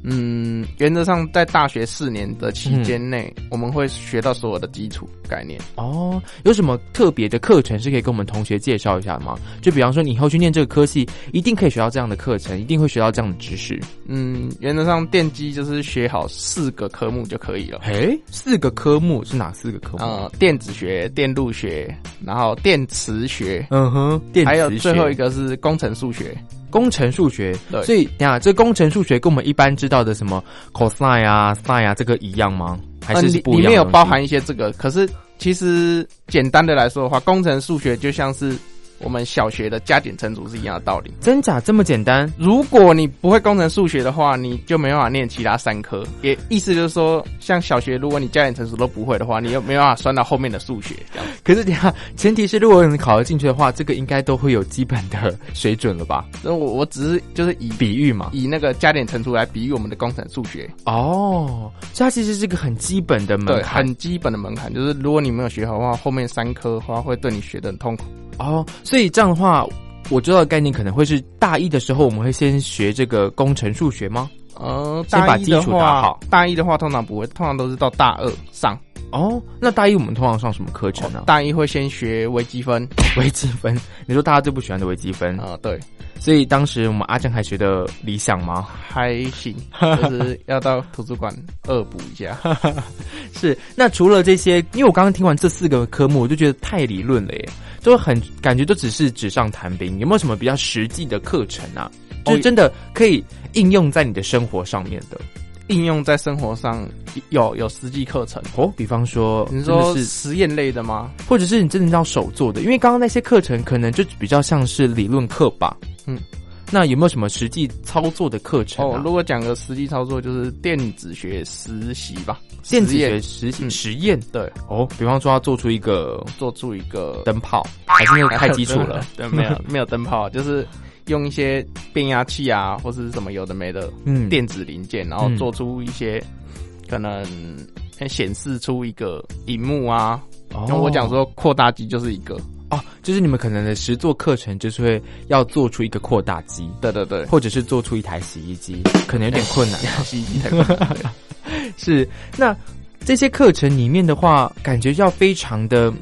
Speaker 8: 嗯，原则上在大学四年的期间内，我们会学到所有的基础概念。
Speaker 5: 嗯哦，有什么特别的课程是可以跟我们同学介绍一下吗？就比方说，你以后去念这个科系，一定可以学到这样的课程，一定会学到这样的知识。
Speaker 8: 嗯，原则上电机就是学好四个科目就可以了。
Speaker 5: 诶，四个科目是哪四个科目？
Speaker 8: 呃，电子学、电路学，然后电磁学，
Speaker 5: 嗯哼，电磁
Speaker 8: 还有
Speaker 5: 学
Speaker 8: 最后一个是工程数学，
Speaker 5: 工程数学。
Speaker 8: 对
Speaker 5: 所以，等一下这工程数学跟我们一般知道的什么 cosine 啊、sin 啊这个一样吗？还
Speaker 8: 呃
Speaker 5: 是
Speaker 8: 里
Speaker 5: 是不一
Speaker 8: 里
Speaker 5: 样的东西、
Speaker 8: 面有包含一些这个。可是其实简单的来说的话，工程数学就像是
Speaker 5: 我们小学的加减乘除是一样的道理。
Speaker 8: 真假这么简单？
Speaker 5: 如果你不会工程数学的话，你就没办法念其他三科。也意思就是说，像小学，如果你加减乘除都不会的话，你又没办法算到后面的数学。这样
Speaker 8: 可是等一下，前提是如果你考得进去的话，这个应该都会有基本的水准了吧？
Speaker 5: 那我我只是就是以
Speaker 8: 比喻嘛。
Speaker 5: 以那个加减乘除来比喻我们的工程数学，
Speaker 8: 哦，所以它其实是个很基本的门
Speaker 5: 对，
Speaker 8: 槛
Speaker 5: 很基本的门槛，就是如果你没有学好的话，后面三科的话会对你学的很痛苦。
Speaker 8: 哦。所以这样的话，我知道的概念可能会是大一的时候，我们会先学这个工程数学吗？
Speaker 5: 呃，
Speaker 8: 先把
Speaker 5: 大一的
Speaker 8: 基础打
Speaker 5: 话
Speaker 8: 好，
Speaker 5: 大一的话通常不会，通常都是到大二上。
Speaker 8: 哦，那大一我们通常上什么课程呢、
Speaker 5: 大一会先学微积分，
Speaker 8: 微积分，你说大家最不喜欢的微积分，
Speaker 5: 啊、对，
Speaker 8: 所以当时我们阿正还学的理想吗？
Speaker 5: 还行，就是要到图书馆恶补一下。
Speaker 8: 是，那除了这些，因为我刚刚听完这四个科目，我就觉得太理论了耶，就很感觉都只是纸上谈兵。有没有什么比较实际的课程啊？
Speaker 5: 哦
Speaker 8: 就是真的可以应用在你的生活上面的
Speaker 5: 应用在生活上有有实际课程，
Speaker 8: 哦，比方说，
Speaker 5: 你说
Speaker 8: 真的是，
Speaker 5: 实验类的吗？
Speaker 8: 或者是你真的要手做的，因为刚刚那些课程可能就比较像是理论课吧。嗯
Speaker 5: 嗯，
Speaker 8: 那有没有什么实际操作的课程、
Speaker 5: 哦
Speaker 8: 啊？，
Speaker 5: 如果讲个实际操作，就是电子学实习吧，
Speaker 8: 电子
Speaker 5: 实验
Speaker 8: 学实习
Speaker 5: 嗯
Speaker 8: 实验
Speaker 5: 对，
Speaker 8: 哦，比方说要做出一个
Speaker 5: 做出一个。
Speaker 8: 灯泡，还是那个太基础了
Speaker 5: 对，没有没有灯泡，就是用一些变压器啊，或是什么有的没的
Speaker 8: 嗯，
Speaker 5: 电子零件，然后
Speaker 8: 嗯
Speaker 5: 做出一些可能呃显示出一个荧幕啊。
Speaker 8: 哦
Speaker 5: 然后我讲说扩大机就是一个，
Speaker 8: 哦，就是你们可能的实作课程就是会要做出一个扩大机，
Speaker 5: 对对对，
Speaker 8: 或者是做出一台洗衣机，可 能有点困难。
Speaker 5: 洗衣机太困难了。对
Speaker 8: 是，那这些课程里面的话，感觉要非常的。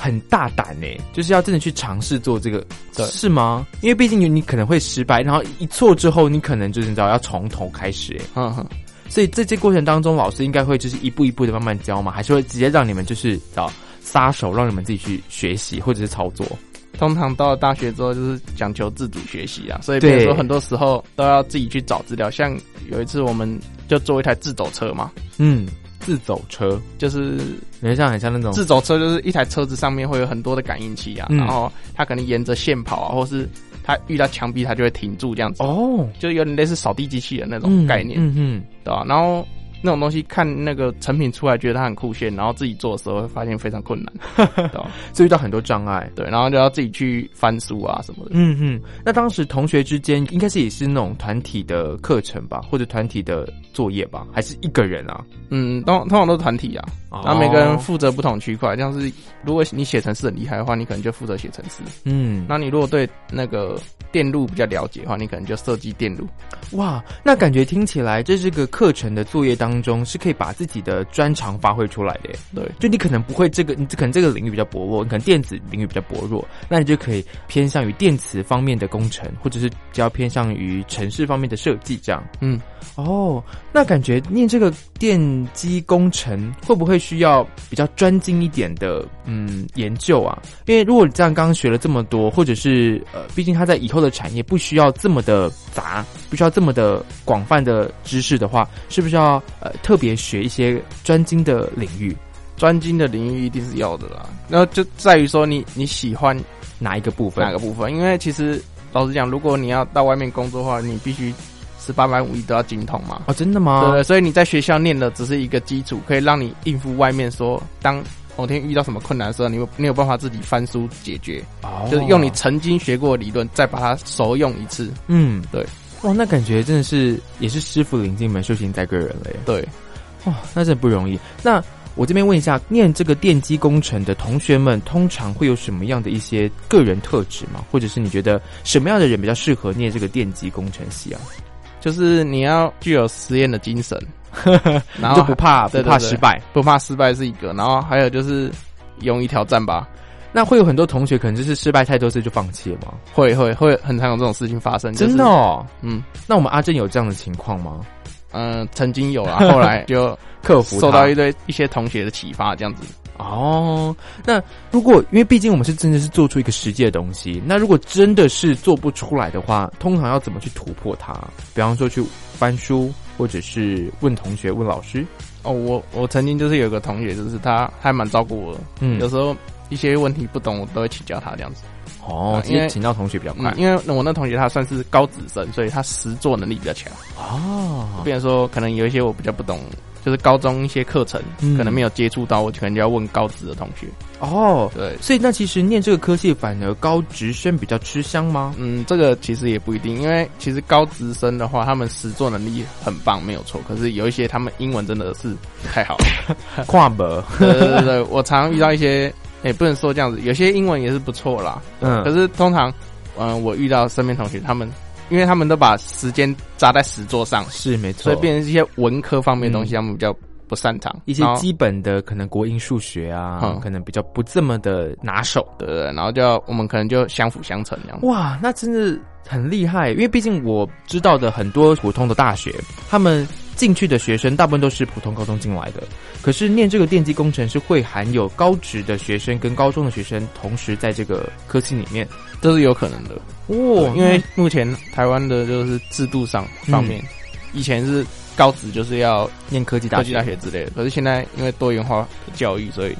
Speaker 8: 很大胆呢、欸就是要真的去尝试做这个，
Speaker 5: 对
Speaker 8: 是吗？因为毕竟你你可能会失败，然后一错之后，你可能就是你知道要从头开始、欸，
Speaker 5: 嗯哼，
Speaker 8: 所以在这过程当中，老师应该会就是一步一步的慢慢教嘛，还是会直接让你们就是找撒手，让你们自己去学习或者是操作。
Speaker 5: 通常到了大学之后就是讲求自主学习啊，所以比
Speaker 8: 对
Speaker 5: 如说很多时候都要自己去找资料。像有一次我们就做一台自走车嘛，
Speaker 8: 嗯，自走车，
Speaker 5: 就是
Speaker 8: 你像很像那种
Speaker 5: 自走车就是一台车子上面会有很多的感应器啊，
Speaker 8: 嗯
Speaker 5: 然后它可能沿着线跑啊，或是它遇到墙壁它就会停住这样子，
Speaker 8: 哦，
Speaker 5: 就有点类似扫地机器人那种概念，
Speaker 8: 嗯嗯
Speaker 5: 对吧、然后那种东西看那个成品出来觉得它很酷炫，然后自己做的时候会发现非常困难，对吧？
Speaker 8: 嗯，就遇到很多障碍。
Speaker 5: 对，然后就要自己去翻书啊什么的。
Speaker 8: 嗯嗯，那当时同学之间应该是也是那种团体的课程吧，或者团体的作业吧，还是一个人啊？
Speaker 5: 嗯，通通常都是团体啊，然后每个人负责不同区块，像是如果你写程式很厉害的话，你可能就负责写程式；
Speaker 8: 嗯，
Speaker 5: 那你如果对那个电路比较了解的话，你可能就设计电路。
Speaker 8: 哇，那感觉听起来，在这个课程的作业当中，是可以把自己的专长发挥出来的耶。
Speaker 5: 对
Speaker 8: 就你可能不会这个，你可能这个领域比较薄弱，你可能电子领域比较薄弱，那你就可以偏向于电磁方面的工程，或者是比较偏向于城市方面的设计这样。
Speaker 5: 嗯，
Speaker 8: 哦，那感觉念这个电机工程会不会需要比较专精一点的嗯研究啊？因为如果你这样刚刚学了这么多，或者是呃，毕竟它在以后的产业不需要这么的杂，不需要这么的广泛的知识的话，是不是要呃特别学一些专精的领域？
Speaker 5: 专精的领域一定是要的啦。然后就在于说你你喜欢
Speaker 8: 哪一个部分？
Speaker 5: 哪个部分，因为其实老实讲，如果你要到外面工作的话，你必须十八般武艺都要精通嘛。
Speaker 8: 哦，真的
Speaker 5: 对不
Speaker 8: 吗
Speaker 5: 对，？所以你在学校念的只是一个基础，可以让你应付外面说，当某天遇到什么困难的时候，你有你有办法自己翻书解决，
Speaker 8: 哦
Speaker 5: 就是用你曾经学过的理论，再把它熟用一次。
Speaker 8: 嗯
Speaker 5: 对。
Speaker 8: 哇，那感觉真的是也是师傅领进门，修行在个人了耶。
Speaker 5: 对，
Speaker 8: 哇、那真的不容易。那我这边问一下，念这个电机工程的同学们，通常会有什么样的一些个人特质吗？或者是你觉得什么样的人比较适合念这个电机工程系啊？
Speaker 5: 就是你要具有实验的 精神，然后
Speaker 8: 就不怕
Speaker 5: 对对
Speaker 8: 不怕
Speaker 5: 对
Speaker 8: 失败。
Speaker 5: 不怕失败是一个，然后还有就是勇于挑战吧。
Speaker 8: 那会有很多同学可能就是失败太多次就放弃了吗？
Speaker 5: 会会会很常有这种事情发生，就是
Speaker 8: 真的哦。
Speaker 5: 嗯
Speaker 8: 那我们阿正有这样的情况吗？
Speaker 5: 嗯、呃曾经有啦，后来就
Speaker 8: 克服它
Speaker 5: 受到一堆一些同学的启发，这样子。
Speaker 8: 哦，那如果因为毕竟我们是真的是做出一个实际的东西，那如果真的是做不出来的话，通常要怎么去突破它？比方说去翻书，或者是问同学、问老师。
Speaker 5: 哦，我我曾经就是有个同学，就是他还蛮照顾我的，
Speaker 8: 嗯
Speaker 5: 有时候
Speaker 9: 一些问题不懂，我都会请教他这样子。
Speaker 5: 哦，
Speaker 9: 对
Speaker 5: 因
Speaker 9: 因为
Speaker 5: 为请到同学比较快
Speaker 9: 嗯，。因为我那同学他算是高职生，所以他实作能力比较强。
Speaker 5: 哦，
Speaker 9: 变成说可能有一些我比较不懂，就是高中一些课程、
Speaker 5: 嗯
Speaker 9: 可能没有接触到，我可能就要问高职的同学。
Speaker 5: 哦，
Speaker 9: 对，
Speaker 5: 所以那其实念这个科系反而高职生比较吃香吗？
Speaker 9: 嗯，这个其实也不一定，因为其实高职生的话，他们实作能力很棒，没有错。可是有一些他们英文真的是不太好。
Speaker 5: 跨博，
Speaker 9: 对对对对，我常遇到一些，也、不能说这样子，有些英文也是不错啦。
Speaker 5: 嗯
Speaker 9: 可是通常，嗯、我遇到身边同学，他们因为他们都把时间扎在实作上，
Speaker 5: 是没错，嗯
Speaker 9: 所以变成一些文科方面的东西，他们比较不擅长。
Speaker 5: 一些
Speaker 9: 然后
Speaker 5: 基本的可能国英数学啊，
Speaker 9: 嗯
Speaker 5: 可能比较不这么的拿手。
Speaker 9: 对对，对然后就要我们可能就相辅相成这样。
Speaker 5: 哇，那真的很厉害，因为毕竟我知道的很多普通的大学，他们进去的学生大部分都是普通高中进来的，可是念这个电机工程是会含有高职的学生跟高中的学生同时在这个科系里面。
Speaker 9: 这是有可能的
Speaker 5: 哦
Speaker 9: 因为目前台湾的就是制度上方面，以前是高职就是要
Speaker 5: 念嗯科技大
Speaker 9: 科
Speaker 5: 学，
Speaker 9: 技大学之类的，可是现在因为多元化的教育，所以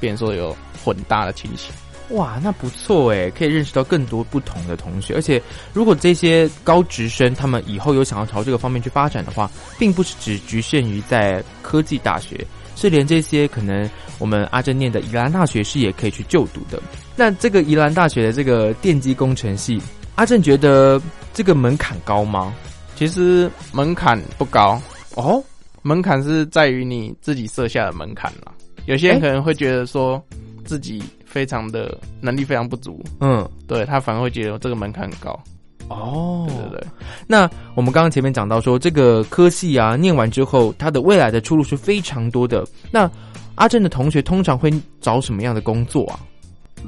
Speaker 9: 变成说有混搭的情形。
Speaker 5: 哇，那不错哎，可以认识到更多不同的同学，而且如果这些高职生他们以后有想要朝这个方面去发展的话，并不是只局限于在科技大学，是连这些可能我们阿珍念的宜兰大学是也可以去就读的。那这个宜兰大学的这个电机工程系，阿正觉得这个门槛高吗？
Speaker 9: 其实门槛不高，
Speaker 5: 哦，
Speaker 9: 门槛是在于你自己设下的门槛啦。有些人
Speaker 5: 哎
Speaker 9: 可能会觉得说自己非常的能力非常不足，
Speaker 5: 嗯，
Speaker 9: 对他反而会觉得这个门槛很高。
Speaker 5: 哦，
Speaker 9: 对对对。
Speaker 5: 那我们刚刚前面讲到说，这个科系啊，念完之后，他的未来的出路是非常多的。那阿正的同学通常会找什么样的工作啊？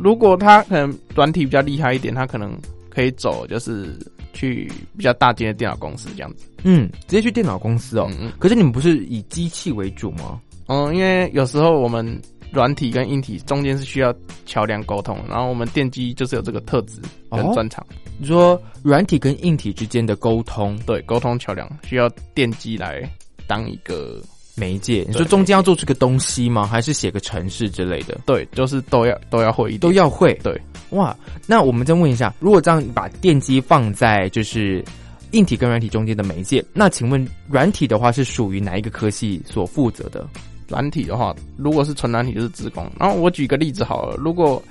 Speaker 9: 如果他可能软体比较厉害一点，他可能可以走就是去比较大间的电脑公司这样子。
Speaker 5: 嗯，直接去电脑公司哦。
Speaker 9: 嗯嗯
Speaker 5: 可是你们不是以机器为主吗？
Speaker 9: 嗯，因为有时候我们软体跟硬体中间是需要桥梁沟通，然后我们电机就是有这个特质跟专长，
Speaker 5: 你说软体跟硬体之间的沟通
Speaker 9: 对，沟通桥梁需要电机来当一个，
Speaker 5: 媒介，你说
Speaker 9: 对
Speaker 5: 中间要做出个东西吗？还是写个程式之类的？
Speaker 9: 对，就是都要都要会一点
Speaker 5: 都要会。
Speaker 9: 对，
Speaker 5: 哇，那我们再问一下，如果这样把电机放在就是硬体跟软体中间的媒介，那请问软体的话是属于哪一个科系所负责的？
Speaker 9: 软体的话，如果是纯软体就是自工。然后我举个例子好了，如果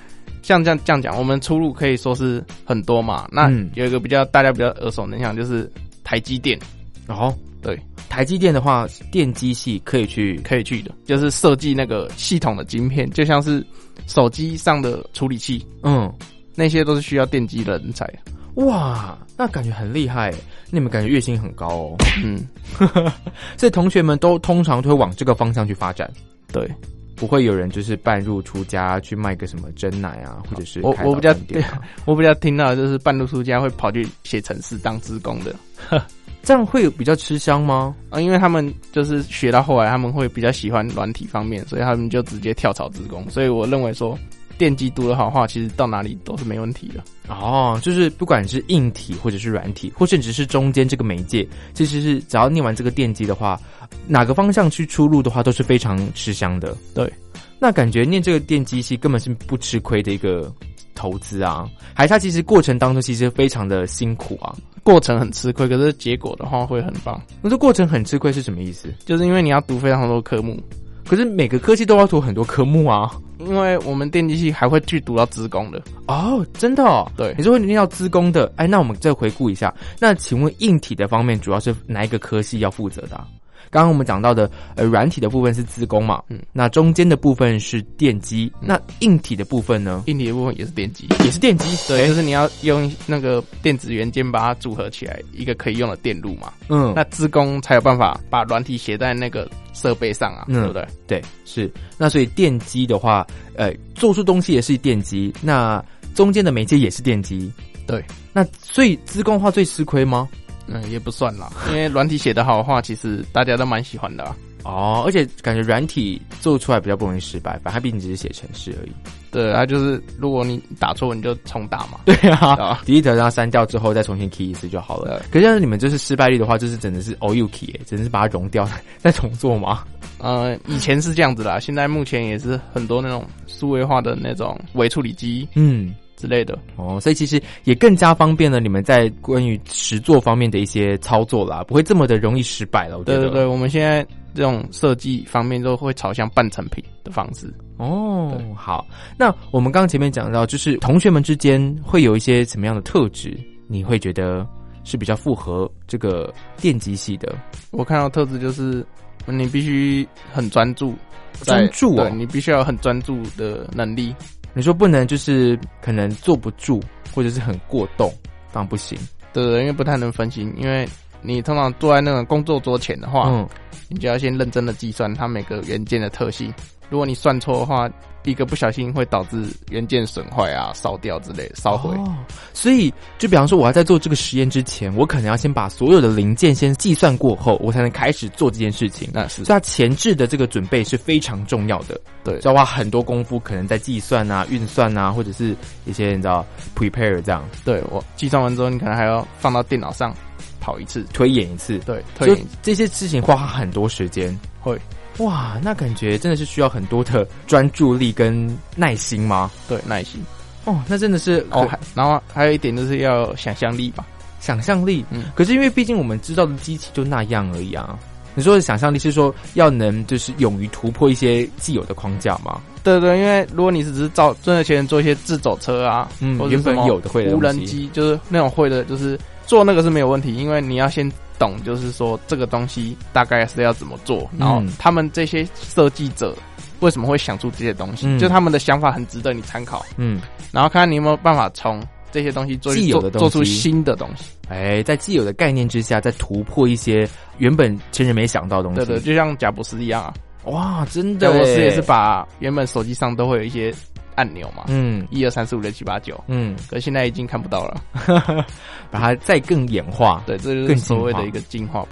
Speaker 9: 像这样这样讲，我们出路可以说是很多嘛。那
Speaker 5: 嗯
Speaker 9: 有一个比较大家比较耳熟能详就是台积电
Speaker 5: 然后
Speaker 9: 对
Speaker 5: 台积电的话，电机系可以去
Speaker 9: 可以去的，就是设计那个系统的晶片，就像是手机上的处理器，
Speaker 5: 嗯，
Speaker 9: 那些都是需要电机人才。
Speaker 5: 哇，那感觉很厉害，那你们感觉月薪很高哦，
Speaker 9: 嗯，
Speaker 5: 所以同学们都通常都会往这个方向去发展。
Speaker 9: 对
Speaker 5: 不会有人就是半路出家去卖个什么真奶啊，或者是
Speaker 9: 我
Speaker 5: 开
Speaker 9: 我
Speaker 5: 早
Speaker 9: 比较
Speaker 5: 餐店啊
Speaker 9: 我比较听到的就是半路出家会跑去写程式当职工的
Speaker 5: 这样会有比较吃香吗？
Speaker 9: 啊，因为他们就是学到后来，他们会比较喜欢软体方面，所以他们就直接跳槽职工。所以我认为说，电机读得好的话，其实到哪里都是没问题的。
Speaker 5: 哦，就是不管是硬体或者是软体，或甚至是中间这个媒介，其实是只要念完这个电机的话，哪个方向去出路的话，都是非常吃香的。
Speaker 9: 对，
Speaker 5: 那感觉念这个电机系根本是不吃亏的一个投资啊，还是它其实过程当中其实非常的辛苦啊。
Speaker 9: 过程很吃亏，可是结果的话会很棒，
Speaker 5: 那这过程很吃亏是什么意思？
Speaker 9: 就是因为你要读非常多科目。
Speaker 5: 可是每个科技都要读很多科目啊。
Speaker 9: 因为我们电机系还会去读到职工的，
Speaker 5: 哦，真的哦，
Speaker 9: 对
Speaker 5: 你是会念到资工的，哎，那我们再回顾一下，那请问硬体的方面主要是哪一个科系要负责的啊、刚刚我们讲到的，呃，软体的部分是资工嘛，嗯
Speaker 9: 嗯，
Speaker 5: 那中间的部分是电机，
Speaker 9: 嗯
Speaker 5: 那硬体的部分呢，
Speaker 9: 硬体的部分也是电机。
Speaker 5: 也是电机，
Speaker 9: 对，就是你要用那个电子元件把它组合起来，一个可以用的电路嘛。
Speaker 5: 嗯，
Speaker 9: 那资工才有办法把软体写在那个设备上啊，
Speaker 5: 嗯
Speaker 9: 对不对？
Speaker 5: 对，是，那所以电机的话，呃，做出东西也是电机，那中间的媒介也是电机，
Speaker 9: 对，
Speaker 5: 那所以资工的话最吃亏吗？
Speaker 9: 嗯，也不算啦，因为软体写得好的话，其实大家都蛮喜欢的、啊。
Speaker 5: 哦，而且感觉软体做出来比较不容易失败，反正它毕竟只是写程式而已。
Speaker 9: 对，他就是如果你打错，你就重打嘛。
Speaker 5: 对啊
Speaker 9: 啊，
Speaker 5: 第一条让它删掉之后再重新 key 一次就好了。可是要是你们就是失败率的话，就是真的是 all you key，欸只能是把它融掉再重做嘛。
Speaker 9: 呃，以前是这样子啦，现在目前也是很多那种数位化的那种微处理机
Speaker 5: 嗯，
Speaker 9: 之类的。
Speaker 5: 哦，所以其实也更加方便了你们在关于实作方面的一些操作啦，不会这么的容易失败了。我觉
Speaker 9: 对
Speaker 5: 得，
Speaker 9: 对对，我们现在这种设计方面都会朝向半成品的方式。
Speaker 5: 哦，好，那我们刚刚前面讲到，就是同学们之间会有一些什么样的特质，你会觉得是比较符合这个电机系的？
Speaker 9: 我看到特质就是你必须很专注在，
Speaker 5: 专注哦
Speaker 9: 对你必须要有很专注的能力。
Speaker 5: 你说不能就是可能坐不住，或者是很过动，当然不行。
Speaker 9: 对对，对因为不太能分心，因为你通常坐在那种工作桌前的话，
Speaker 5: 嗯，
Speaker 9: 你就要先认真的计算它每个元件的特性。如果你算错的话，一个不小心会导致元件损坏啊、烧掉之类的、烧毁。
Speaker 5: 哦，所以就比方说，我要在做这个实验之前，我可能要先把所有的零件先计算过后，我才能开始做这件事情。
Speaker 9: 那是
Speaker 5: 所以它前置的这个准备是非常重要的，
Speaker 9: 对
Speaker 5: 就要花很多功夫，可能在计算啊、运算啊，或者是一些你知道 prepare 这样
Speaker 9: 对我计算完之后，你可能还要放到电脑上跑一次。
Speaker 5: 推演一次，
Speaker 9: 对，推
Speaker 5: 就
Speaker 9: 演
Speaker 5: 这些事情花很多时间。
Speaker 9: 会
Speaker 5: 哇，那感觉真的是需要很多的专注力跟耐心吗？
Speaker 9: 对耐心。
Speaker 5: 哦，那真的是
Speaker 9: 哦，还然后还有一点就是要有想象力吧。
Speaker 5: 想象力。
Speaker 9: 嗯
Speaker 5: 可是因为毕竟我们知道的机器就那样而已啊。你说的想象力是说要能就是勇于突破一些既有的框架吗？
Speaker 9: 对对，因为如果你是只是造真的钱做一些自走车啊，
Speaker 5: 嗯
Speaker 9: 或者
Speaker 5: 原本
Speaker 9: 什么
Speaker 5: 有的会的
Speaker 9: 无
Speaker 5: 东
Speaker 9: 人
Speaker 5: 西
Speaker 9: 机，就是那种会的，就是做那个是没有问题，因为你要先懂，就是说这个东西大概是要怎么做，然后
Speaker 5: 嗯
Speaker 9: 他们这些设计者为什么会想出这些东西，
Speaker 5: 嗯
Speaker 9: 就他们的想法很值得你参考，
Speaker 5: 嗯，
Speaker 9: 然后看看你有没有办法从这些东西做
Speaker 5: 既有的
Speaker 9: 做做
Speaker 5: 东
Speaker 9: 出
Speaker 5: 西
Speaker 9: 新的东西。
Speaker 5: 哎，在既有的概念之下，再突破一些原本真人没想到的东
Speaker 9: 对
Speaker 5: 西。
Speaker 9: 对，就像贾博士一样啊，
Speaker 5: 哇，真的
Speaker 9: 贾
Speaker 5: 耶，
Speaker 9: 博士也是把原本手机上都会有一些按钮嘛，
Speaker 5: 嗯
Speaker 9: 一二三四五六七八九，
Speaker 5: 嗯，
Speaker 9: 可是现在已经看不到了。
Speaker 5: 把它再更演化。
Speaker 9: 对，这就
Speaker 5: 更
Speaker 9: 是
Speaker 5: 进
Speaker 9: 所谓
Speaker 5: 化
Speaker 9: 的一个进化吧。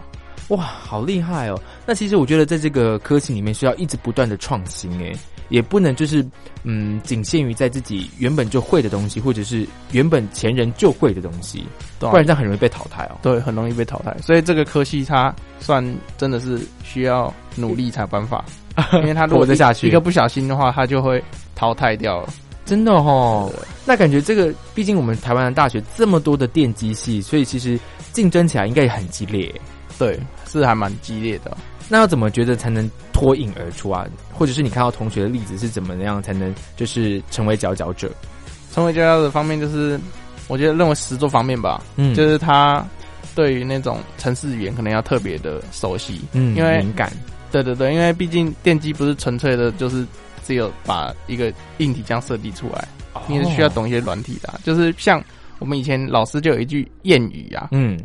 Speaker 5: 哇，好厉害哦！那其实我觉得在这个科技里面需要一直不断的创新，诶，也不能就是嗯仅限于在自己原本就会的东西，或者是原本前人就会的东西，
Speaker 9: 对啊
Speaker 5: 不然这样很容易被淘汰哦。
Speaker 9: 对，很容易被淘汰。所以这个科系它算真的是需要努力才有办 法，因为它如
Speaker 5: 活
Speaker 9: 果
Speaker 5: 得
Speaker 9: 一
Speaker 5: 下去
Speaker 9: 一个不小心的话，它就会淘汰掉了。
Speaker 5: 真的哦，那感觉这个，毕竟我们台湾的大学这么多的电机系，所以其实竞争起来应该也很激烈。
Speaker 9: 对，是还蛮激烈的。
Speaker 5: 那要怎么觉得才能脱颖而出啊？或者是你看到同学的例子是怎么样才能就是成为佼佼者？
Speaker 9: 成为教教的方面，就是我觉得认为实作方面吧，
Speaker 5: 嗯
Speaker 9: 就是他对于那种程式语言可能要特别的熟悉。
Speaker 5: 嗯，
Speaker 9: 因为
Speaker 5: 敏感，
Speaker 9: 对对对，因为毕竟电机不是纯粹的，就是只有把一个硬体这样设计出来，你也是需要
Speaker 5: 哦
Speaker 9: 懂一些软体的啊、就是像我们以前老师就有一句谚语啊，
Speaker 5: 嗯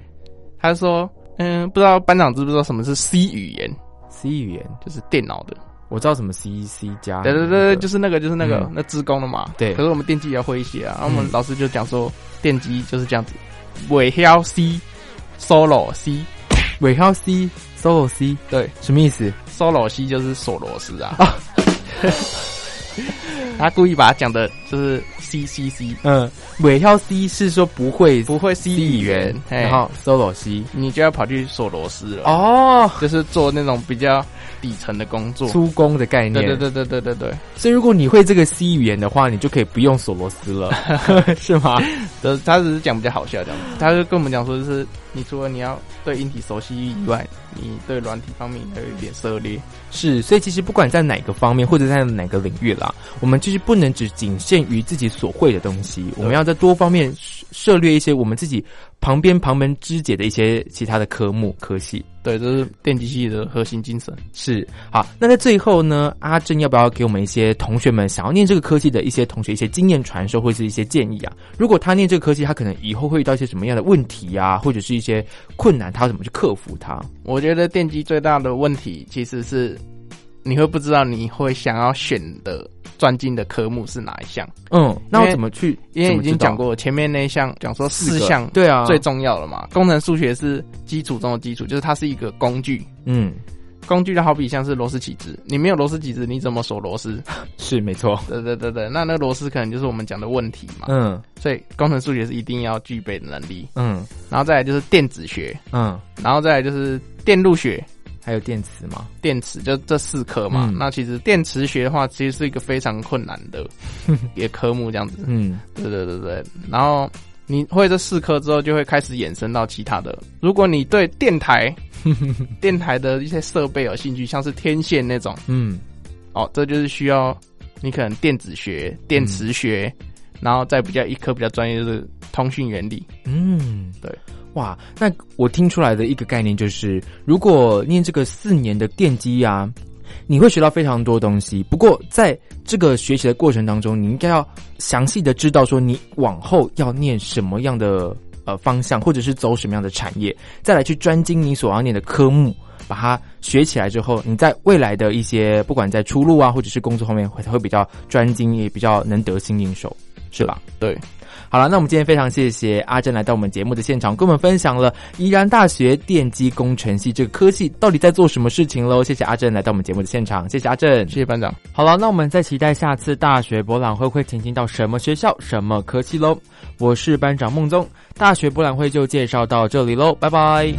Speaker 9: 他说：“嗯，不知道班长知不知道什么是 C 语言，
Speaker 5: C 语言。
Speaker 9: 就是电脑的。
Speaker 5: 我知道什么 C C 加，
Speaker 9: 对对对，就是那个就是那个、
Speaker 5: 啊嗯
Speaker 9: 那自工的嘛。
Speaker 5: 对
Speaker 9: 可是我们电机也要会一些啊。然后我们
Speaker 5: 嗯
Speaker 9: 老师就讲说，电机就是这样子，尾挑 C。Solo C，
Speaker 5: 尾号 C solo C
Speaker 9: 对
Speaker 5: 什么意思？
Speaker 9: ，Solo C 就是索罗斯啊。 他故意把它讲的就是 C C C，
Speaker 5: 嗯，尾号 C 是说不会
Speaker 9: 不会 C
Speaker 5: 语言，然后 solo C
Speaker 9: 你就要跑去索罗斯了。，
Speaker 5: 哦，
Speaker 9: 就是做那种比较底层的工作。
Speaker 5: 出工的概念。
Speaker 9: 对对，对对对对对，
Speaker 5: 所以如果你会这个 C 语言的话，你就可以不用索罗斯 了，是吗？
Speaker 9: 呃，他只是讲比较好笑这样子，他就跟我们讲说，就是你除了你要对硬体熟悉以外，你对软体方面还有一点涉猎。
Speaker 5: 是，所以其实不管在哪个方面，或者在哪个领域啦，我们就是不能只仅限于自己所会的东西，我们要在多方面涉涉猎一些我们自己旁边旁门肢解的一些其他的科目科系。
Speaker 9: 对，这是电机系的核心精神。
Speaker 5: 是好，那在最后呢，阿珍要不要给我们一些同学们想要念这个科技的一些同学一些经验传授，或是一些建议啊？如果他念这个科技，他可能以后会遇到一些什么样的问题啊，或者是一些困难，他要怎么去克服它？
Speaker 9: 我觉得电机最大的问题其实是你会不知道你会想要选的专精的科目是哪一项，
Speaker 5: 嗯，那
Speaker 9: 因
Speaker 5: 我
Speaker 9: 为
Speaker 5: 怎么去？
Speaker 9: 因为
Speaker 5: 怎
Speaker 9: 已
Speaker 5: 么
Speaker 9: 经
Speaker 5: 知道
Speaker 9: 讲过前面那一项，讲说四
Speaker 5: 个
Speaker 9: 项
Speaker 5: 对啊，
Speaker 9: 最重要了嘛。工程数学是基础中的基础，就是它是一个工具，
Speaker 5: 嗯
Speaker 9: 工具就好比像是螺丝起子，你没有螺丝起子，你怎么锁螺 丝？
Speaker 5: 是没错，
Speaker 9: 对对对对，那那个螺丝可能就是我们讲的问题嘛。
Speaker 5: 嗯
Speaker 9: 所以工程数学是一定要具备的能力，
Speaker 5: 嗯
Speaker 9: 然后再来就是电子学，
Speaker 5: 嗯，
Speaker 9: 然后再来就是电路学、
Speaker 5: 还有电磁吗？
Speaker 9: 电池，就这四科嘛。
Speaker 5: 嗯
Speaker 9: 那其实电磁学的话，其实是一个非常困难 的一个科目，这样子。
Speaker 5: 嗯
Speaker 9: 对对对对，然后你会这四科之后，就会开始衍生到其他的。如果你对电 台、电台的一些设备有兴趣，像是天线那种，
Speaker 5: 嗯
Speaker 9: 哦，这就是需要你可能电子学、电磁学，然后再比较一科比较专业就是通讯原理。
Speaker 5: 嗯，
Speaker 9: 对。
Speaker 5: 哇，那我听出来的一个概念就是，如果念这个四年的电机啊，你会学到非常多东西。不过在这个学习的过程当中，你应该要详细的知道说你往后要念什么样的呃方向，或者是走什么样的产业，再来去专精你所要念的科目。把它学起来之后，你在未来的一些不管在出路啊，或者是工作方面，会会比较专精，也比较能得心应手，是吧？
Speaker 9: 对，
Speaker 5: 好了，那我们今天非常谢谢阿珍来到我们节目的现场，跟我们分享了宜兰大学电机工程系这个科系到底在做什么事情喽。谢谢阿珍来到我们节目的现场，谢谢阿珍，
Speaker 9: 谢谢班长。
Speaker 3: 好了，那我们再期待下次大学博览会会前进到什么学校、什么科系喽。我是班长孟宗，大学博览会就介绍到这里喽，拜拜。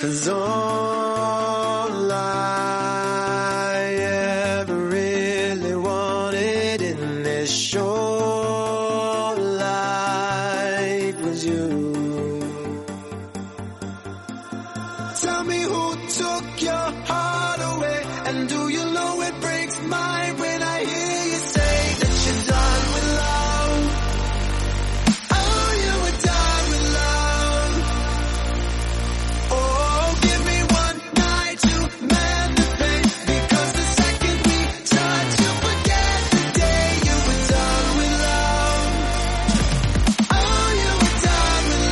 Speaker 10: Cause all I ever really wanted in this short life was you. Tell me who took your heart away, and do you know it breaks mine when I hear you say that you're done with love? Oh, you were done with love. Oh, give me one night to mend the pain, because the second we touch, you forget the day you were done with love. Oh, you were done with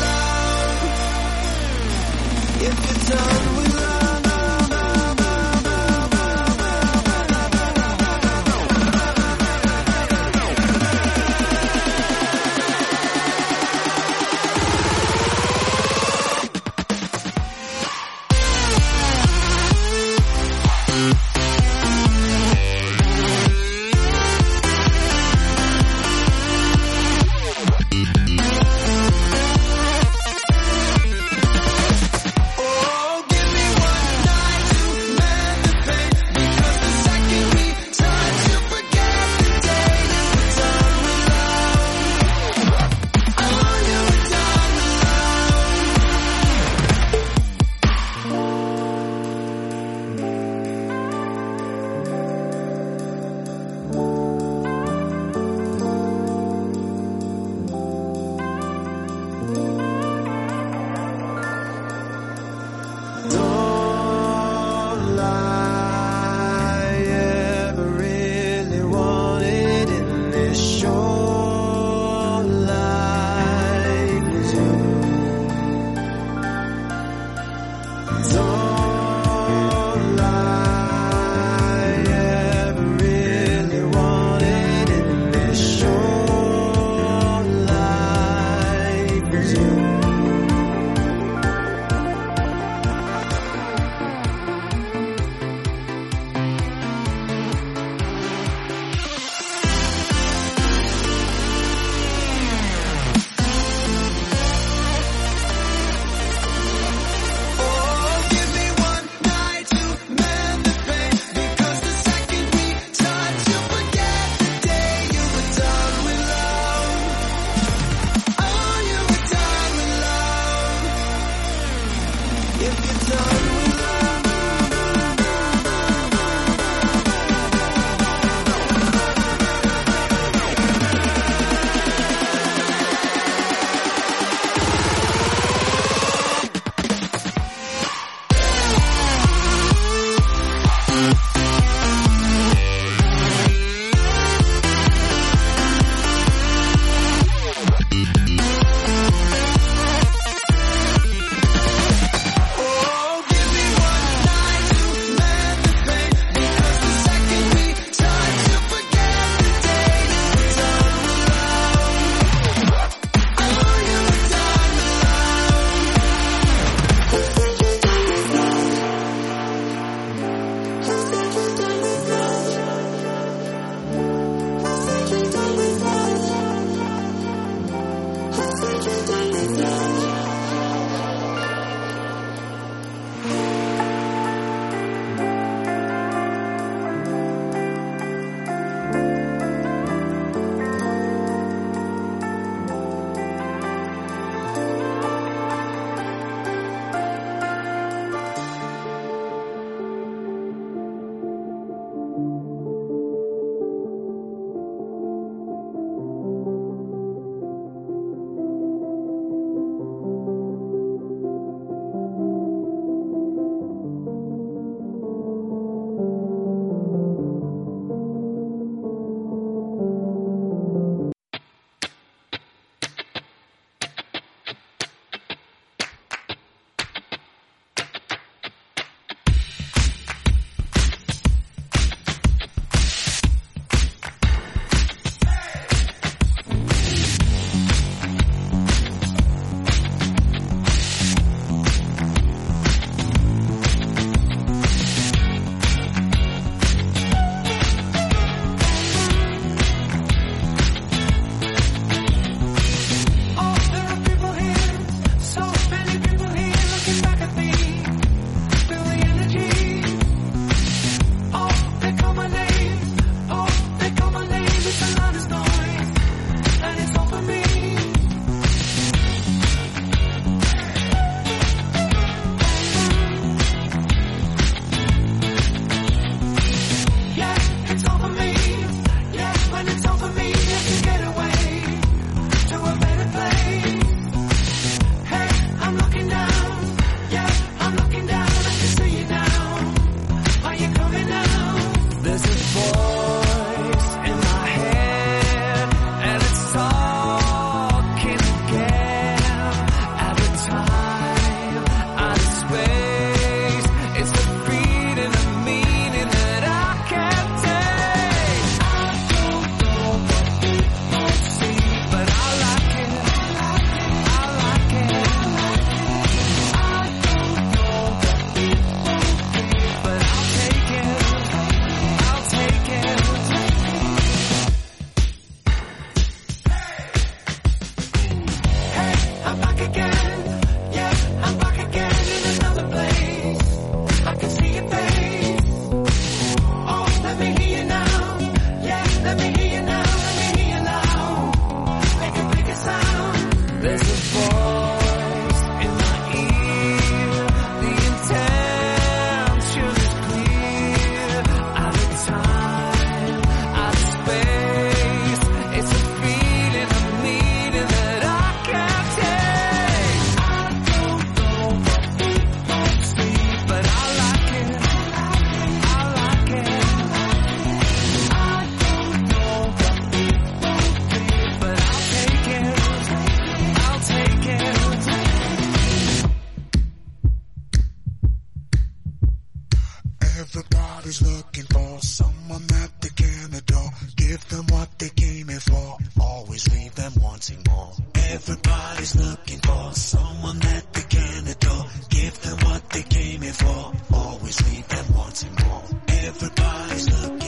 Speaker 8: back again. Yeah, I'm back again in another place. I can see your face. Oh, let me hear you now. Yeah, let me hear you now. Let me hear you loud. Make a bigger sound. There's a voice in my ear. The intention is clear. Out of time, out of space. It's a feeling I'm needing that I can't take. I don't know what it must be, but I like it. I like it. I don't know what it won't be, but I'll take it. I'll take it.
Speaker 11: Everybody's looking for someone that they can adore. Give them what they came here for. Always leave them wanting more. Everybody's looking for someone that they can adore. Give them what they came here for. Always leave them wanting more. Everybody's looking.